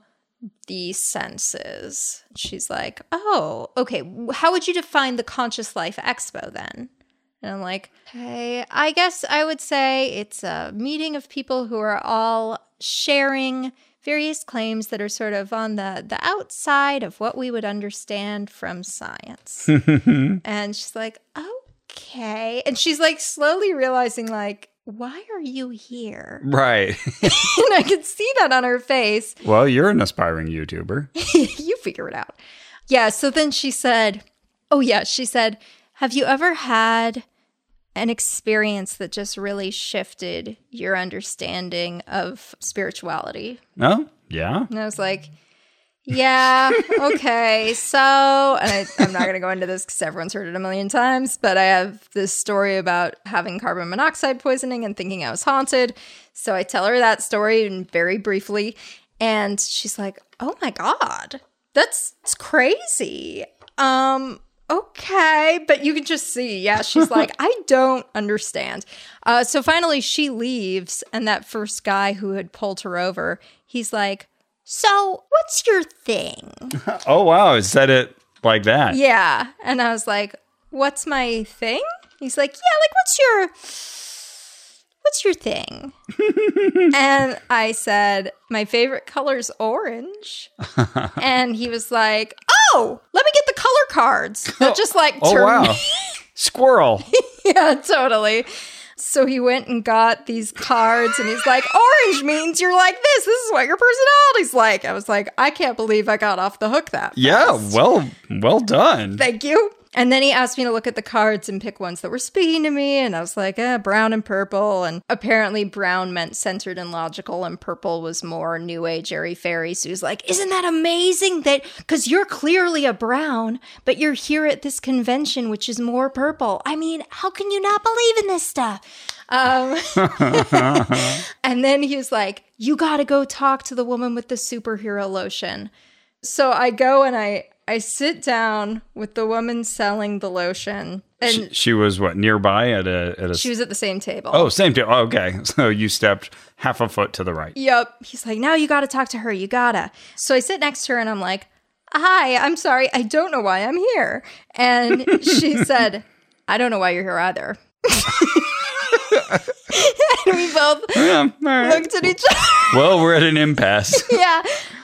Speaker 2: the senses. She's like, oh, okay. How would you define the Conscious Life Expo then? And I'm like, hey, I guess I would say it's a meeting of people who are all sharing various claims that are sort of on the, the outside of what we would understand from science. and she's like, okay. And she's like slowly realizing like, why are you here?
Speaker 1: right.
Speaker 2: and I could see that on her face.
Speaker 1: well, you're an aspiring YouTuber.
Speaker 2: you figure it out. Yeah. So then she said, Oh, yeah. She said, Have you ever had an experience that just really shifted your understanding of spirituality?
Speaker 1: No? Yeah.
Speaker 2: And I was like, yeah, okay. So, and I, I'm not going to go into this because everyone's heard it a million times, but I have this story about having carbon monoxide poisoning and thinking I was haunted. So I tell her that story and very briefly. And she's like, oh my God, that's it's crazy. Um, okay. But you can just see, yeah, she's like, I don't understand. Uh, so finally she leaves, and that first guy who had pulled her over, he's like, so what's your thing?
Speaker 1: Oh wow, it said it like that.
Speaker 2: Yeah. And I was like, what's my thing? He's like, yeah, like what's your what's your thing? and I said, my favorite color's orange. and he was like, oh, let me get the color cards. That just like
Speaker 1: Oh
Speaker 2: turned
Speaker 1: wow.
Speaker 2: me.
Speaker 1: Squirrel.
Speaker 2: yeah, totally. So he went and got these cards and he's like, orange means you're like this. This is what your personality's like. I was like, I can't believe I got off the hook that
Speaker 1: Yeah,
Speaker 2: fast.
Speaker 1: well well done.
Speaker 2: Thank you. And then he asked me to look at the cards and pick ones that were speaking to me. And I was like, eh, brown and purple. And apparently, brown meant centered and logical, and purple was more new age, airy fairy. So he was like, Isn't that amazing that because you're clearly a brown, but you're here at this convention, which is more purple? I mean, how can you not believe in this stuff? Um, and then he was like, You got to go talk to the woman with the superhero lotion. So I go and I I sit down with the woman selling the lotion, and
Speaker 1: She, she was what nearby at a at a.
Speaker 2: she was at the same table.
Speaker 1: oh, same table. okay, so you stepped half a foot to the right.
Speaker 2: Yep. He's like, now you got to talk to her. You gotta. So I sit next to her and I'm like, hi, I'm sorry. I don't know why I'm here. And she said, I don't know why you're here either. and we both
Speaker 1: Yeah, all right.
Speaker 2: looked at each other.
Speaker 1: Well, we're at an impasse.
Speaker 2: yeah.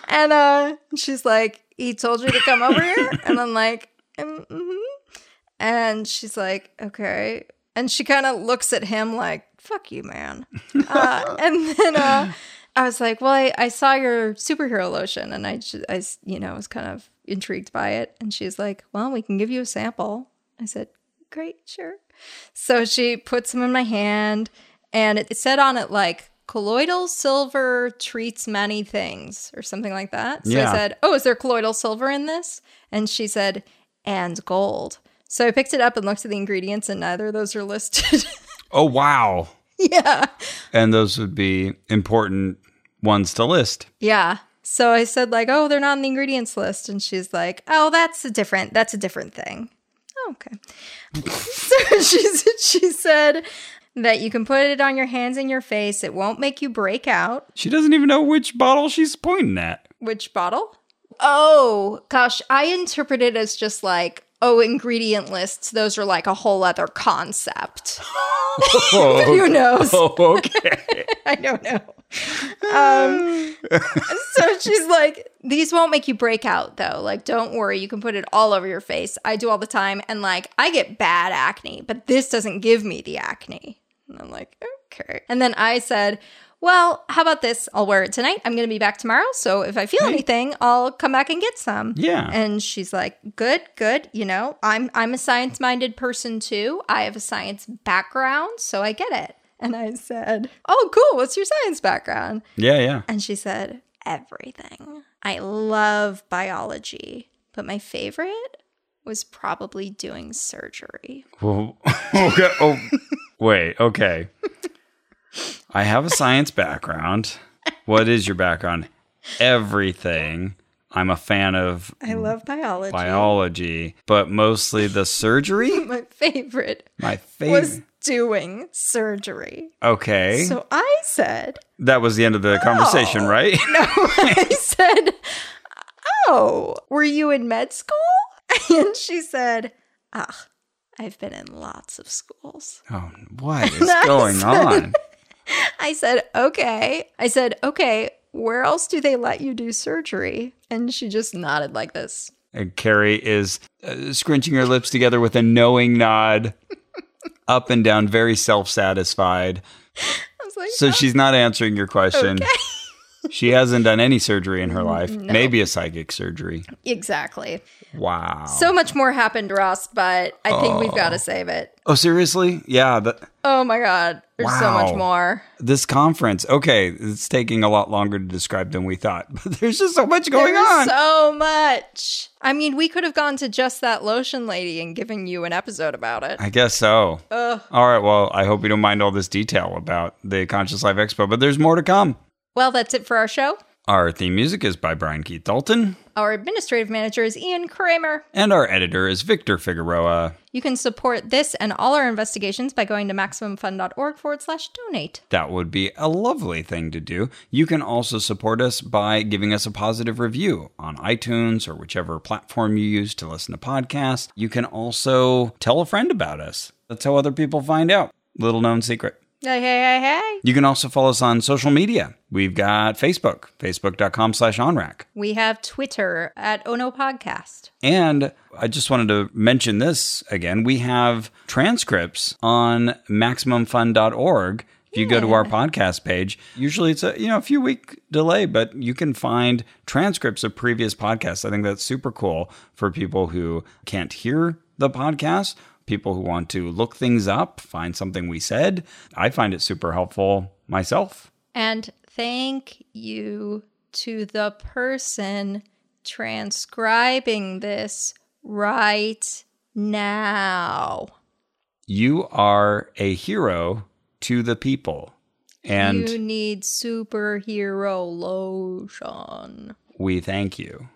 Speaker 2: And uh, she's like, he told you to come over here? And I'm like, mm-hmm. And she's like, okay. And she kind of looks at him like, fuck you, man. Uh, and then uh, I was like, well, I, I saw your superhero lotion and I, ju- I, s- you know, was kind of intrigued by it. And she's like, well, we can give you a sample. I said, great, sure. So she puts them in my hand and it, it said on it like, colloidal silver treats many things or something like that. So
Speaker 1: Yeah.
Speaker 2: I said, oh, is there colloidal silver in this? And she said, and gold. So I picked it up and looked at the ingredients, and neither of those are listed.
Speaker 1: Oh wow!
Speaker 2: yeah.
Speaker 1: And those would be important ones to list.
Speaker 2: Yeah. So I said, like, oh, they're not on the ingredients list. And she's like, oh, that's a different, that's a different thing. Oh, okay. so she, s- she said that you can put it on your hands and your face. It won't make you break out.
Speaker 1: She doesn't even know which bottle she's pointing at.
Speaker 2: Which bottle? Oh, gosh. I interpret it as just like, oh, ingredient lists. Those are like a whole other concept. Who knows?
Speaker 1: Oh, okay.
Speaker 2: I don't know. Um, so she's like, these won't make you break out though. Like, don't worry, you can put it all over your face. I do all the time, and like, I get bad acne, but this doesn't give me the acne. And I'm like, okay. And then I said, well, how about this? I'll wear it tonight. I'm going to be back tomorrow. So if I feel anything, I'll come back and get some.
Speaker 1: Yeah.
Speaker 2: And she's like, "Good, good. You know, I'm I'm a science-minded person too. I have a science background, so I get it." And I said, "Oh, cool. What's your science background?"
Speaker 1: yeah, yeah.
Speaker 2: And she said, "Everything. I love biology, but my favorite was probably doing surgery."
Speaker 1: Well, okay. Oh, wait. Okay. I have a science background. What is your background? Everything. I'm a fan of
Speaker 2: I love biology.
Speaker 1: biology, but mostly the surgery.
Speaker 2: my favorite
Speaker 1: My
Speaker 2: was
Speaker 1: favorite.
Speaker 2: doing surgery.
Speaker 1: Okay.
Speaker 2: So I said,
Speaker 1: that was the end of the conversation, right?
Speaker 2: I said, Oh, were you in med school? And she said, Ah, I've been in lots of schools.
Speaker 1: Oh, what is going on?
Speaker 2: I said, Okay. I said, Okay, where else do they let you do surgery? And she just nodded like this.
Speaker 1: And Carrie is uh, scrunching her lips together with a knowing nod, up and down, very self satisfied.
Speaker 2: I was like,
Speaker 1: So she's not answering your question. she hasn't done any surgery in her life, maybe a psychic surgery.
Speaker 2: Exactly.
Speaker 1: Wow.
Speaker 2: So much more happened, Ross, but I think we've got to save it.
Speaker 1: oh, seriously? Yeah. The,
Speaker 2: Oh my God. There's so much
Speaker 1: Wow.
Speaker 2: more.
Speaker 1: this conference. Okay. It's taking a lot longer to describe than we thought, but there's just so much going
Speaker 2: There's
Speaker 1: on.
Speaker 2: so much. I mean, we could have gone to just that lotion lady and given you an episode about it.
Speaker 1: I guess so. All right. Well, I hope you don't mind all this detail about the Conscious Life Expo, but there's more to come.
Speaker 2: Well, that's it for our show.
Speaker 1: Our theme music is by Brian Keith Dalton,
Speaker 2: Our administrative manager is Ian Kramer.
Speaker 1: and our editor is Victor Figueroa.
Speaker 2: You can support this and all our investigations by going to MaximumFund.org forward slash donate.
Speaker 1: That would be a lovely thing to do. You can also support us by giving us a positive review on iTunes or whichever platform you use to listen to podcasts. You can also tell a friend about us. That's how other people find out. Little known secret.
Speaker 2: Hey, hey, hey, hey.
Speaker 1: You can also follow us on social media. We've got Facebook, facebook.com slash onrack.
Speaker 2: We have Twitter at Ono Podcast.
Speaker 1: And I just wanted to mention this again. We have transcripts on maximumfun.org. If you go to our podcast page, usually it's a you know a few week delay, but you can find transcripts of previous podcasts. I think that's super cool for people who can't hear the podcast, people who want to look things up, find something we said. I find it super helpful myself.
Speaker 2: And thank you to the person transcribing this right now.
Speaker 1: You are a hero to the people. And
Speaker 2: you need superhero lotion.
Speaker 1: we thank you.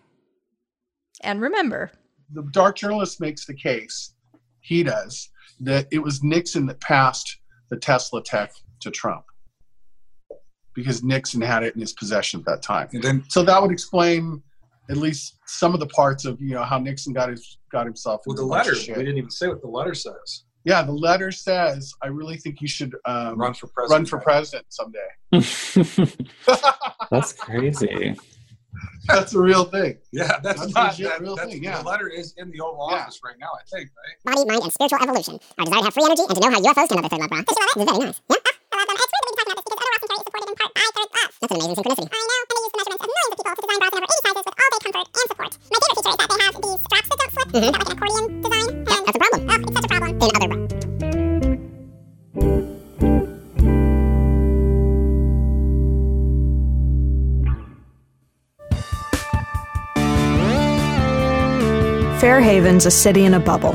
Speaker 2: and remember.
Speaker 4: The dark journalist makes the case, he does, that it was Nixon that passed the Tesla tech to Trump because Nixon had it in his possession at that time.
Speaker 5: And then
Speaker 4: So that would explain at least some of the parts of you know how Nixon got his got himself.
Speaker 5: with
Speaker 4: into
Speaker 5: the
Speaker 4: a bunch
Speaker 5: letter,
Speaker 4: of
Speaker 5: we
Speaker 4: Oh, shit.
Speaker 5: didn't even say what the letter says.
Speaker 4: Yeah, the letter says, "I really think you should um,
Speaker 5: Run for president.
Speaker 4: run for president someday."
Speaker 6: That's crazy.
Speaker 4: That's a real thing.
Speaker 5: Yeah, that's,
Speaker 4: That's
Speaker 5: not
Speaker 4: legit
Speaker 5: that,
Speaker 4: real
Speaker 5: that's-
Speaker 4: thing, yeah.
Speaker 5: The letter is in the Oval
Speaker 4: Yeah.
Speaker 5: Office right now, I think, right?
Speaker 7: body, mind, and spiritual evolution. Our desire to have free energy and to know how UFOs can other third world bra. This is very nice. Yeah? Ah, I love them. It's weird that we can talk about this because other Watson theory is supported in part by third love. That's an amazing synchronicity. I know, and they use the measurements of millions of people to design bras in over 80 sizes with all day comfort and support. My favorite feature is that they have these straps that don't slip, mm that like an accordion design. And that's a problem. Oh, it's such a problem. In other bras.
Speaker 8: Fairhaven's a city in a bubble.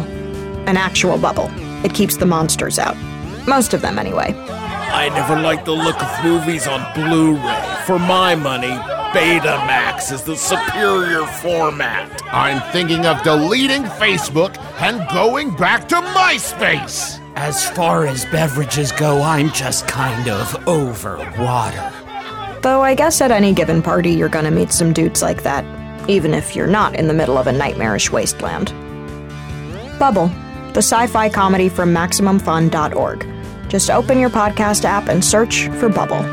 Speaker 8: An actual bubble. It keeps the monsters out. Most of them, anyway.
Speaker 9: I never liked the look of movies on Blu ray. For my money, Betamax is the superior format. I'm thinking of deleting Facebook and going back to MySpace. As far as beverages go, I'm just kind of over water.
Speaker 8: Though I guess at any given party, you're gonna meet some dudes like that, even if you're not in the middle of a nightmarish wasteland. Bubble, the sci fi comedy from MaximumFun.org. Just open your podcast app and search for Bubble.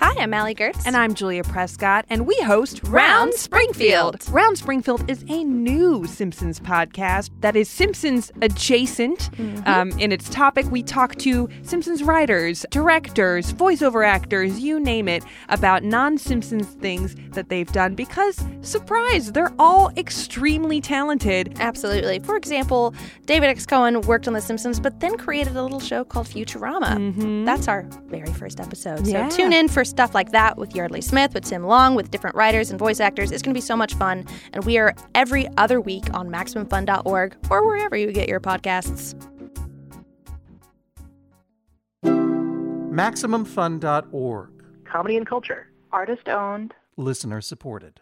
Speaker 10: Hi, I'm Allie Gertz.
Speaker 11: And I'm Julia Prescott, and we host
Speaker 10: Round Springfield.
Speaker 11: Round Springfield is a new Simpsons podcast that is Simpsons adjacent
Speaker 10: Mm-hmm.
Speaker 11: um, in its topic. We talk to Simpsons writers, directors, voiceover actors, you name it, about non Simpsons things that they've done because, surprise, they're all extremely talented.
Speaker 10: Absolutely. For example, David X. Cohen worked on The Simpsons, but then created a little show called Futurama. That's our very first episode.
Speaker 11: Mm-hmm. Yeah.
Speaker 10: So tune in for stuff like that with Yardley Smith, with Tim Long, with different writers and voice actors. It's going to be so much fun. And we are every other week on MaximumFun.org or wherever you get your podcasts.
Speaker 9: MaximumFun.org.
Speaker 7: Comedy and culture. Artist owned.
Speaker 9: Listener supported.